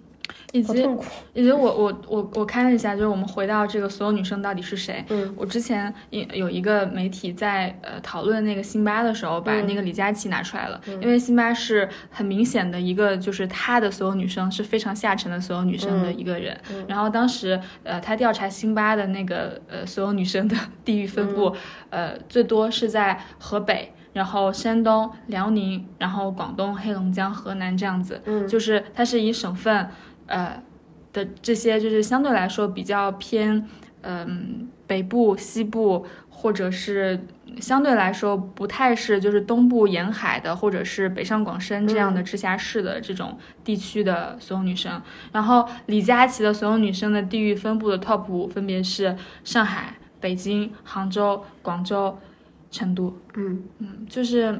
Speaker 1: 以
Speaker 2: 好
Speaker 1: 及
Speaker 2: 痛苦。啊
Speaker 1: 以及我我我我看了一下，就是我们回到这个所有女生到底是谁。
Speaker 2: 嗯，
Speaker 1: 我之前有有一个媒体在呃讨论那个辛巴的时候，把
Speaker 2: 嗯
Speaker 1: 那个李佳琦拿出来了，因为辛巴是很明显的一个，就是她的所有女生是非常下沉的所有女生
Speaker 2: 嗯
Speaker 1: 的一个人。然后当时呃，他调查辛巴的那个呃所有女生的地域分布，
Speaker 2: 嗯
Speaker 1: 呃最多是在河北。然后山东、辽宁，然后广东、黑龙江、河南这样子，
Speaker 2: 嗯
Speaker 1: 就是它是以省份，呃的这些，就是相对来说比较偏，嗯、北部、西部，或者是相对来说不太是就是东部沿海的，或者是北上广深这样的直辖市的这种地区的所有女生。然后李佳琦的所有女生的地域分布的 top 五分别是上海、北京、杭州、广州、成都。
Speaker 2: 嗯
Speaker 1: 嗯，就是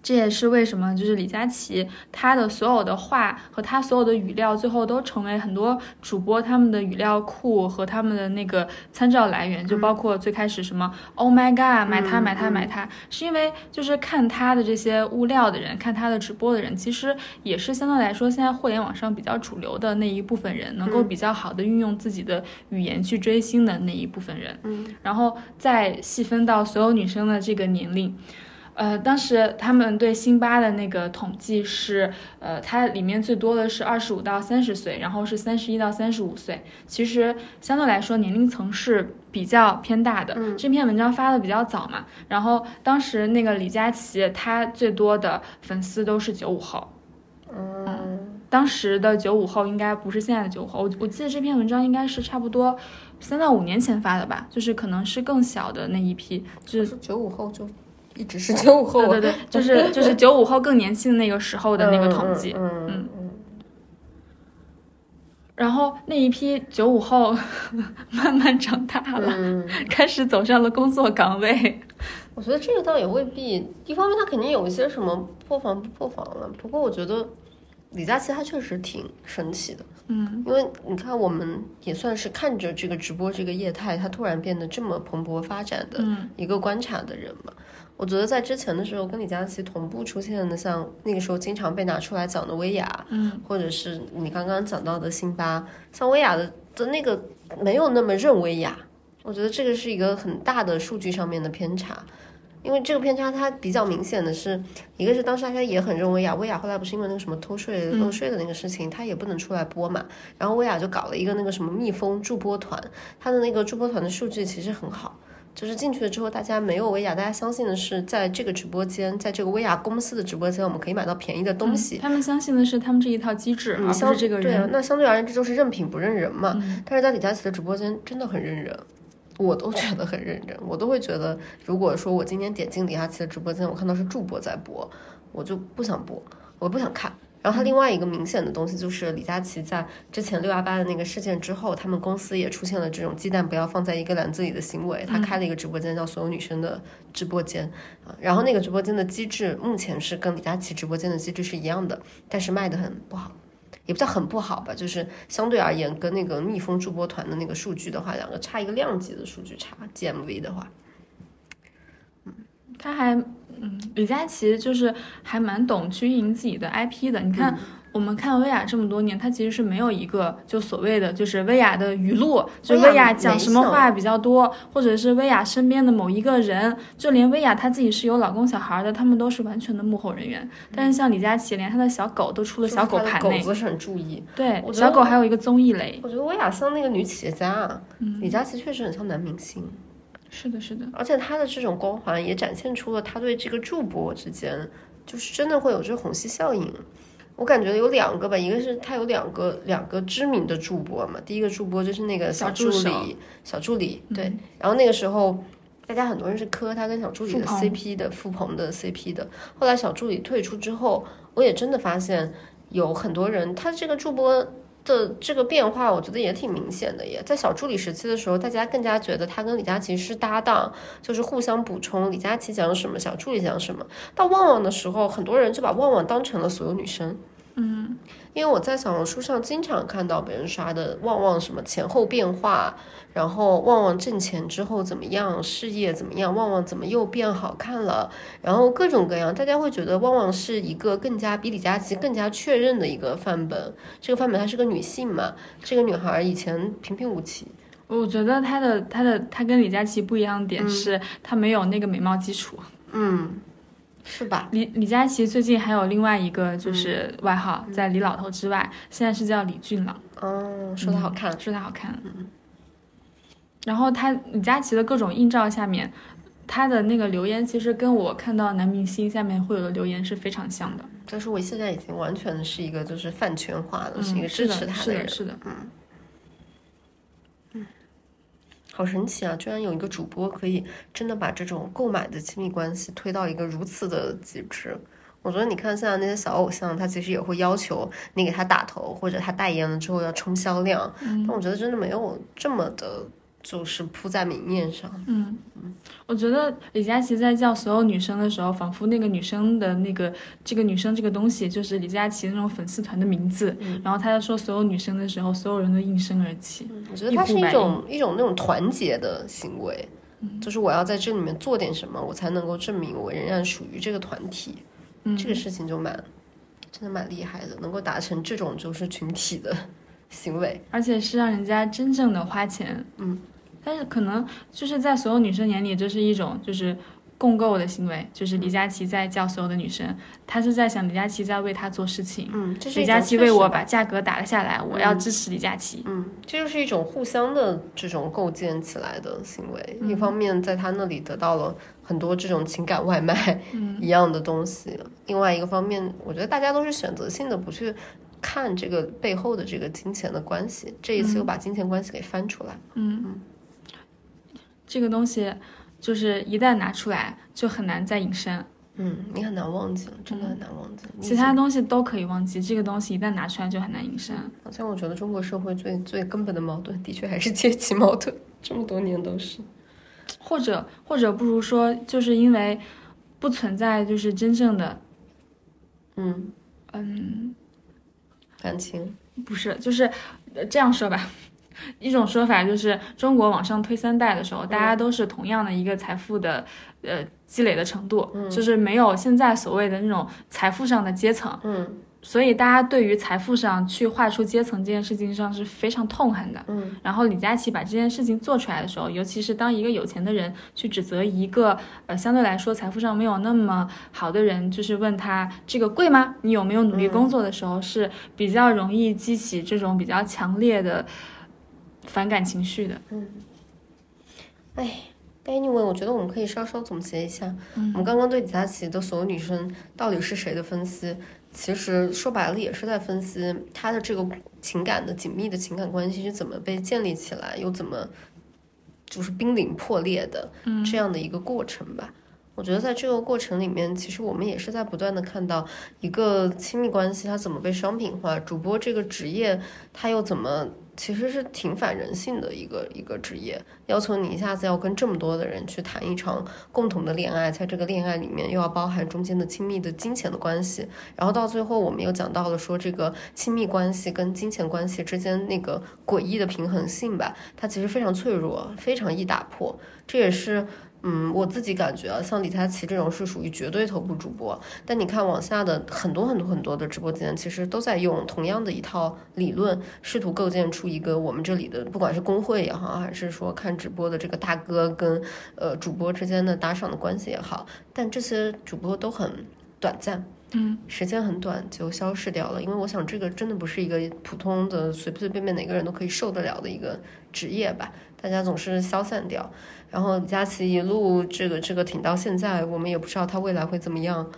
Speaker 1: 这也是为什么，就是李佳琦他的所有的话和他所有的语料，最后都成为很多主播他们的语料库和他们的那个参照来源，就包括最开始什么、Oh my God，买它买它买它，是因为就是看他的这些物料的人，看他的直播的人，其实也是相对来说现在互联网上比较主流的那一部分人，能够比较好的运用自己的语言去追星的那一部分人。
Speaker 2: 嗯
Speaker 1: 然后再细分到所有女生的这个年龄。呃，当时他们对辛巴的那个统计是，呃，它里面最多的是二十五到三十岁，然后是三十一到三十五岁。其实相对来说年龄层是比较偏大的。
Speaker 2: 嗯
Speaker 1: 这篇文章发的比较早嘛，然后当时那个李佳琦他最多的粉丝都是九五后，
Speaker 2: 嗯
Speaker 1: 当时的九五后应该不是现在的九五后，我我记得这篇文章应该是差不多三到五年前发的吧，就是可能是更小的那一批，就。
Speaker 2: 就是是九五后就一直是九五后
Speaker 1: 对对
Speaker 2: 啊，
Speaker 1: 对，就是就是九五后更年轻的那个时候的那个统计，
Speaker 2: 嗯嗯
Speaker 1: 然后那一批九五后 慢慢长大了，
Speaker 2: 嗯
Speaker 1: 开始走上了工作岗位。
Speaker 2: 我觉得这个倒也未必，一方面他肯定有一些什么破防不破防了，不过我觉得李佳琦他确实挺神奇的，
Speaker 1: 嗯
Speaker 2: 因为你看我们也算是看着这个直播这个业态，它突然变得这么蓬勃发展的
Speaker 1: 嗯
Speaker 2: 一个观察的人嘛。我觉得在之前的时候跟李佳琦同步出现的，像那个时候经常被拿出来讲的薇娅，
Speaker 1: 嗯
Speaker 2: 或者是你刚刚讲到的辛巴，像薇娅的的那个没有那么认薇娅，我觉得这个是一个很大的数据上面的偏差，因为这个偏差它比较明显的是，一个是当时大家也很认薇娅，薇娅后来不是因为那个什么偷税漏税的那个事情，她也不能出来播嘛，然后薇娅就搞了一个那个什么蜜蜂助播团，她的那个助播团的数据其实很好。就是进去了之后，大家没有薇娅，大家相信的是，在这个直播间，在这个薇娅公司的直播间，我们可以买到便宜的东西。
Speaker 1: 嗯他们相信的是他们这一套机制，而
Speaker 2: 嗯，
Speaker 1: 不
Speaker 2: 相
Speaker 1: 是这个
Speaker 2: 对啊
Speaker 1: 人。，
Speaker 2: 那相对而言，这就是认品不认人嘛。
Speaker 1: 嗯
Speaker 2: 但是在李佳琦的直播间真的很认人，我都觉得很认真，我都会觉得，如果说我今天点进李佳琦的直播间，我看到是助播在播，我就不想播，我不想看。然后他另外一个明显的东西就是李佳琦在之前六幺八的那个事件之后，他们公司也出现了这种鸡蛋不要放在一个篮子里的行为。
Speaker 1: 嗯
Speaker 2: 他开了一个直播间叫“所有女生的直播间”，啊，然后那个直播间的机制目前是跟李佳琦直播间的机制是一样的，但是卖的很不好。也不叫很不好吧，就是相对而言跟那个蜜蜂助播团的那个数据的话，两个差一个量级的数据差，GMV 的话，
Speaker 1: 他还，嗯，李佳琦就是还蛮懂去运营自己的 IP 的。你看，
Speaker 2: 嗯
Speaker 1: 我们看薇娅这么多年，她其实是没有一个就所谓的就是薇娅的语录，就
Speaker 2: 薇娅
Speaker 1: 薇娅讲什么
Speaker 2: 没有
Speaker 1: 话比较多，或者是薇娅身边的某一个人，就连薇娅她自己是有老公小孩的，他们都是完全的幕后人员。但是像李佳琦，连她的小狗都出了小狗
Speaker 2: 就是它
Speaker 1: 盘
Speaker 2: 的狗
Speaker 1: 内，哎
Speaker 2: 子是很注意。
Speaker 1: 对，
Speaker 2: 我觉得
Speaker 1: 小狗还有一个综艺类，嗯
Speaker 2: 我觉得薇娅像那个女企业家，啊，李佳琦确实很像男明星，
Speaker 1: 是的，是的，
Speaker 2: 而且他的这种光环也展现出了他对这个驻播之间，就是真的会有这个虹吸效应。我感觉有两个吧，一个是他有两个两个知名的助播嘛，第一个助播就是那个
Speaker 1: 小
Speaker 2: 助
Speaker 1: 助手
Speaker 2: 理，小助理对。然后那个时候，大家很多人是磕他跟小助理的
Speaker 1: 傅鹏
Speaker 2: CP 的，傅鹏的 CP 的。后来小助理退出之后，我也真的发现有很多人，他这个助播的这个变化，我觉得也挺明显的耶。在小助理时期的时候，大家更加觉得他跟李佳琦是搭档，就是互相补充，李佳琦讲什么，小助理讲什么。到旺旺的时候，很多人就把旺旺当成了所有女生。因为我在小红书上经常看到别人刷的旺旺什么前后变化，然后旺旺挣钱之后怎么样，事业怎么样，旺旺怎么又变好看了，然后各种各样，大家会觉得旺旺是一个更加比李佳琦更加确认的一个范本。这个范本她是个女性嘛，这个女孩以前平平无奇，
Speaker 1: 我觉得他的他的他跟李佳琦不一样的点是，他没有那个美貌基础。
Speaker 2: 嗯，是吧？
Speaker 1: 李李佳琦最近还有另外一个就是
Speaker 2: 嗯
Speaker 1: 外号，在李老头之外，现在是叫李俊朗，
Speaker 2: 哦，说她好看，嗯
Speaker 1: 说他好看。然后他李佳琦的各种映照下面，他的那个留言其实跟我看到男明星下面会有的留言是非常像的。
Speaker 2: 但是我现在已经完全是一个就是饭圈化了，
Speaker 1: 嗯，
Speaker 2: 是一个
Speaker 1: 是
Speaker 2: 支持
Speaker 1: 的，
Speaker 2: 她
Speaker 1: 是
Speaker 2: 人
Speaker 1: 的，。是的，
Speaker 2: 好神奇啊！居然有一个主播可以真的把这种购买的亲密关系推到一个如此的极致。我觉得你看现在那些小偶像，他其实也会要求你给他打头，或者他代言了之后要冲销量。但我觉得真的没有这么的，就是铺在明面上。
Speaker 1: 嗯，我觉得李佳琦在叫所有女生的时候，仿佛那个女生的那个这个女生这个东西就是李佳琦那种粉丝团的名字。
Speaker 2: 嗯
Speaker 1: 然后他在说所有女生的时候，所有人都应声而起。
Speaker 2: 嗯我觉得它是
Speaker 1: 一
Speaker 2: 一
Speaker 1: 呼百
Speaker 2: 种一种那种团结的行为，
Speaker 1: 嗯
Speaker 2: 就是我要在这里面做点什么，我才能够证明我仍然属于这个团体。
Speaker 1: 嗯，
Speaker 2: 这个事情就蛮，真的蛮厉害的，能够达成这种就是群体的行为。
Speaker 1: 而且是让人家真正的花钱。
Speaker 2: 嗯，
Speaker 1: 但是可能就是在所有女生眼里，这是一种就是共购的行为，就是李佳琦在叫所有的女生，他是在想李佳琦在为他做事情。
Speaker 2: 嗯，这是一
Speaker 1: 李佳
Speaker 2: 种
Speaker 1: 琦
Speaker 2: 确
Speaker 1: 为
Speaker 2: 实
Speaker 1: 我
Speaker 2: 吧
Speaker 1: 把价格打了下来，我要支持李佳琦。
Speaker 2: 嗯，这就是一种互相的这种构建起来的行为。
Speaker 1: 嗯
Speaker 2: 一方面，在他那里得到了很多这种情感外卖
Speaker 1: 嗯
Speaker 2: 一样的东西；，另外一个方面，我觉得大家都是选择性的不去看这个背后的这个金钱的关系。这一
Speaker 1: 嗯
Speaker 2: 次又把金钱关系给翻出来，
Speaker 1: 这个东西就是一旦拿出来就很难再隐身，
Speaker 2: 嗯，你很难忘记了，真的很难忘记了。你
Speaker 1: 嗯
Speaker 2: 已
Speaker 1: 其他东西都可以忘记，这个东西一旦拿出来就很难隐身。
Speaker 2: 好像我觉得中国社会最最根本的矛盾，的确还是阶级矛盾，这么多年都是。
Speaker 1: 或者或者不如说，就是因为不存在就是真正的，
Speaker 2: 嗯，
Speaker 1: 嗯，
Speaker 2: 感情，
Speaker 1: 不是，就是呃这样说吧。一种说法就是，中国往上推三代的时候，
Speaker 2: 嗯
Speaker 1: 大家都是同样的一个财富的，呃，积累的程度，
Speaker 2: 嗯
Speaker 1: 就是没有现在所谓的那种财富上的阶层，
Speaker 2: 嗯
Speaker 1: 所以大家对于财富上去划出阶层这件事情上是非常痛恨的。
Speaker 2: 嗯，
Speaker 1: 然后李佳琦把这件事情做出来的时候，尤其是当一个有钱的人去指责一个呃相对来说财富上没有那么好的人，就是问他这个贵吗？你有没有努
Speaker 2: 嗯
Speaker 1: 力工作的时候，是比较容易激起这种比较强烈的反感情绪的。
Speaker 2: 哎。但 anyway，我觉得我们可以稍稍总结一下，我们刚刚对李佳琦的所有女生到底是谁的分析，其实说白了也是在分析她的这个情感的紧密的情感关系是怎么被建立起来，又怎么就是濒临破裂的这样的一个过程吧。我觉得在这个过程里面，其实我们也是在不断的看到一个亲密关系它怎么被商品化，主播这个职业它又怎么。其实是挺反人性的一个一个职业，要求你一下子要跟这么多的人去谈一场共同的恋爱，在这个恋爱里面又要包含中间的亲密的金钱的关系，然后到最后我们又讲到了说这个亲密关系跟金钱关系之间那个诡异的平衡性吧，它其实非常脆弱，非常易打破，这也是。嗯，我自己感觉啊，像李佳琦这种是属于绝对头部主播，但你看往下的很多很多很多的直播间，其实都在用同样的一套理论，试图构建出一个我们这里的，不管是工会也好，啊还是说看直播的这个大哥跟呃主播之间的打赏的关系也好，但这些主播都很短暂，
Speaker 1: 嗯
Speaker 2: 时间很短就消逝掉了。因为我想，这个真的不是一个普通的随随便便哪个人都可以受得了的一个职业吧。大家总是消散掉，然后李佳琦一路这个这个挺到现在，我们也不知道他未来会怎么样。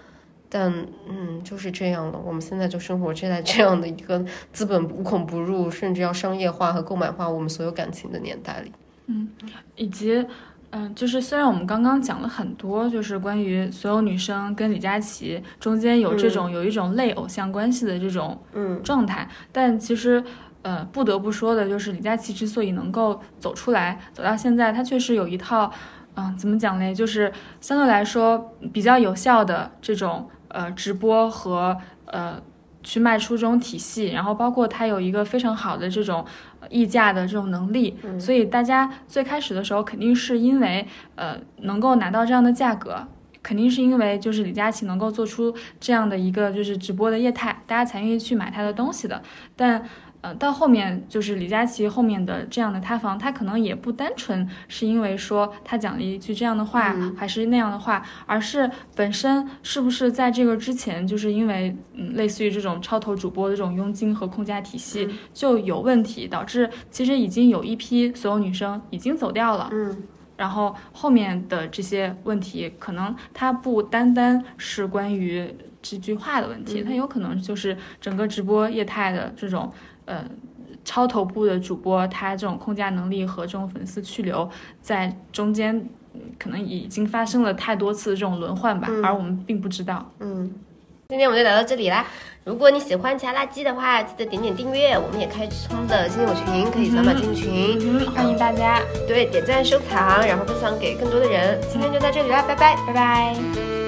Speaker 2: 但嗯，就是这样了。我们现在就生活在这样的一个资本无孔不入，甚至要商业化和购买化我们所有感情的年代里。
Speaker 1: 嗯，以及。嗯，就是虽然我们刚刚讲了很多，就是关于所有女生跟李佳琦中间有这种、有一种类偶像关系的这种
Speaker 2: 嗯
Speaker 1: 状态，但其实，呃，不得不说的就是李佳琦之所以能够走出来，走到现在，他确实有一套，嗯、怎么讲嘞？就是相对来说比较有效的这种呃直播和呃去卖出这种体系，然后包括他有一个非常好的这种呃议价的这种能力，所以大家最开始的时候肯定是因为呃能够拿到这样的价格。肯定是因为就是李佳琦能够做出这样的一个就是直播的业态，大家才愿意去买他的东西的。但呃，到后面就是李佳琦后面的这样的塌房，他可能也不单纯是因为说他讲了一句这样的话、还是那样的话，而是本身是不是在这个之前，就是因为嗯，类似于这种超头主播的这种佣金和控价体系就有问题，导致其实已经有一批所有女生已经走掉了。
Speaker 2: 嗯
Speaker 1: 然后后面的这些问题，可能它不单单是关于这句话的问题，它有可能就是整个直播业态的这种呃超头部的主播，他这种控价能力和这种粉丝去留，在中间嗯可能已经发生了太多次这种轮换吧，而我们并不知道。
Speaker 2: 嗯，今天我们就聊到这里啦。如果你喜欢其他垃圾的话，记得点点订阅。我们也开通的亲友群，可以扫码进群。
Speaker 1: 嗯，欢迎大家，
Speaker 2: 对，点赞、收藏，然后分享给更多的人。今天就到这里啦，拜拜。
Speaker 1: 拜拜。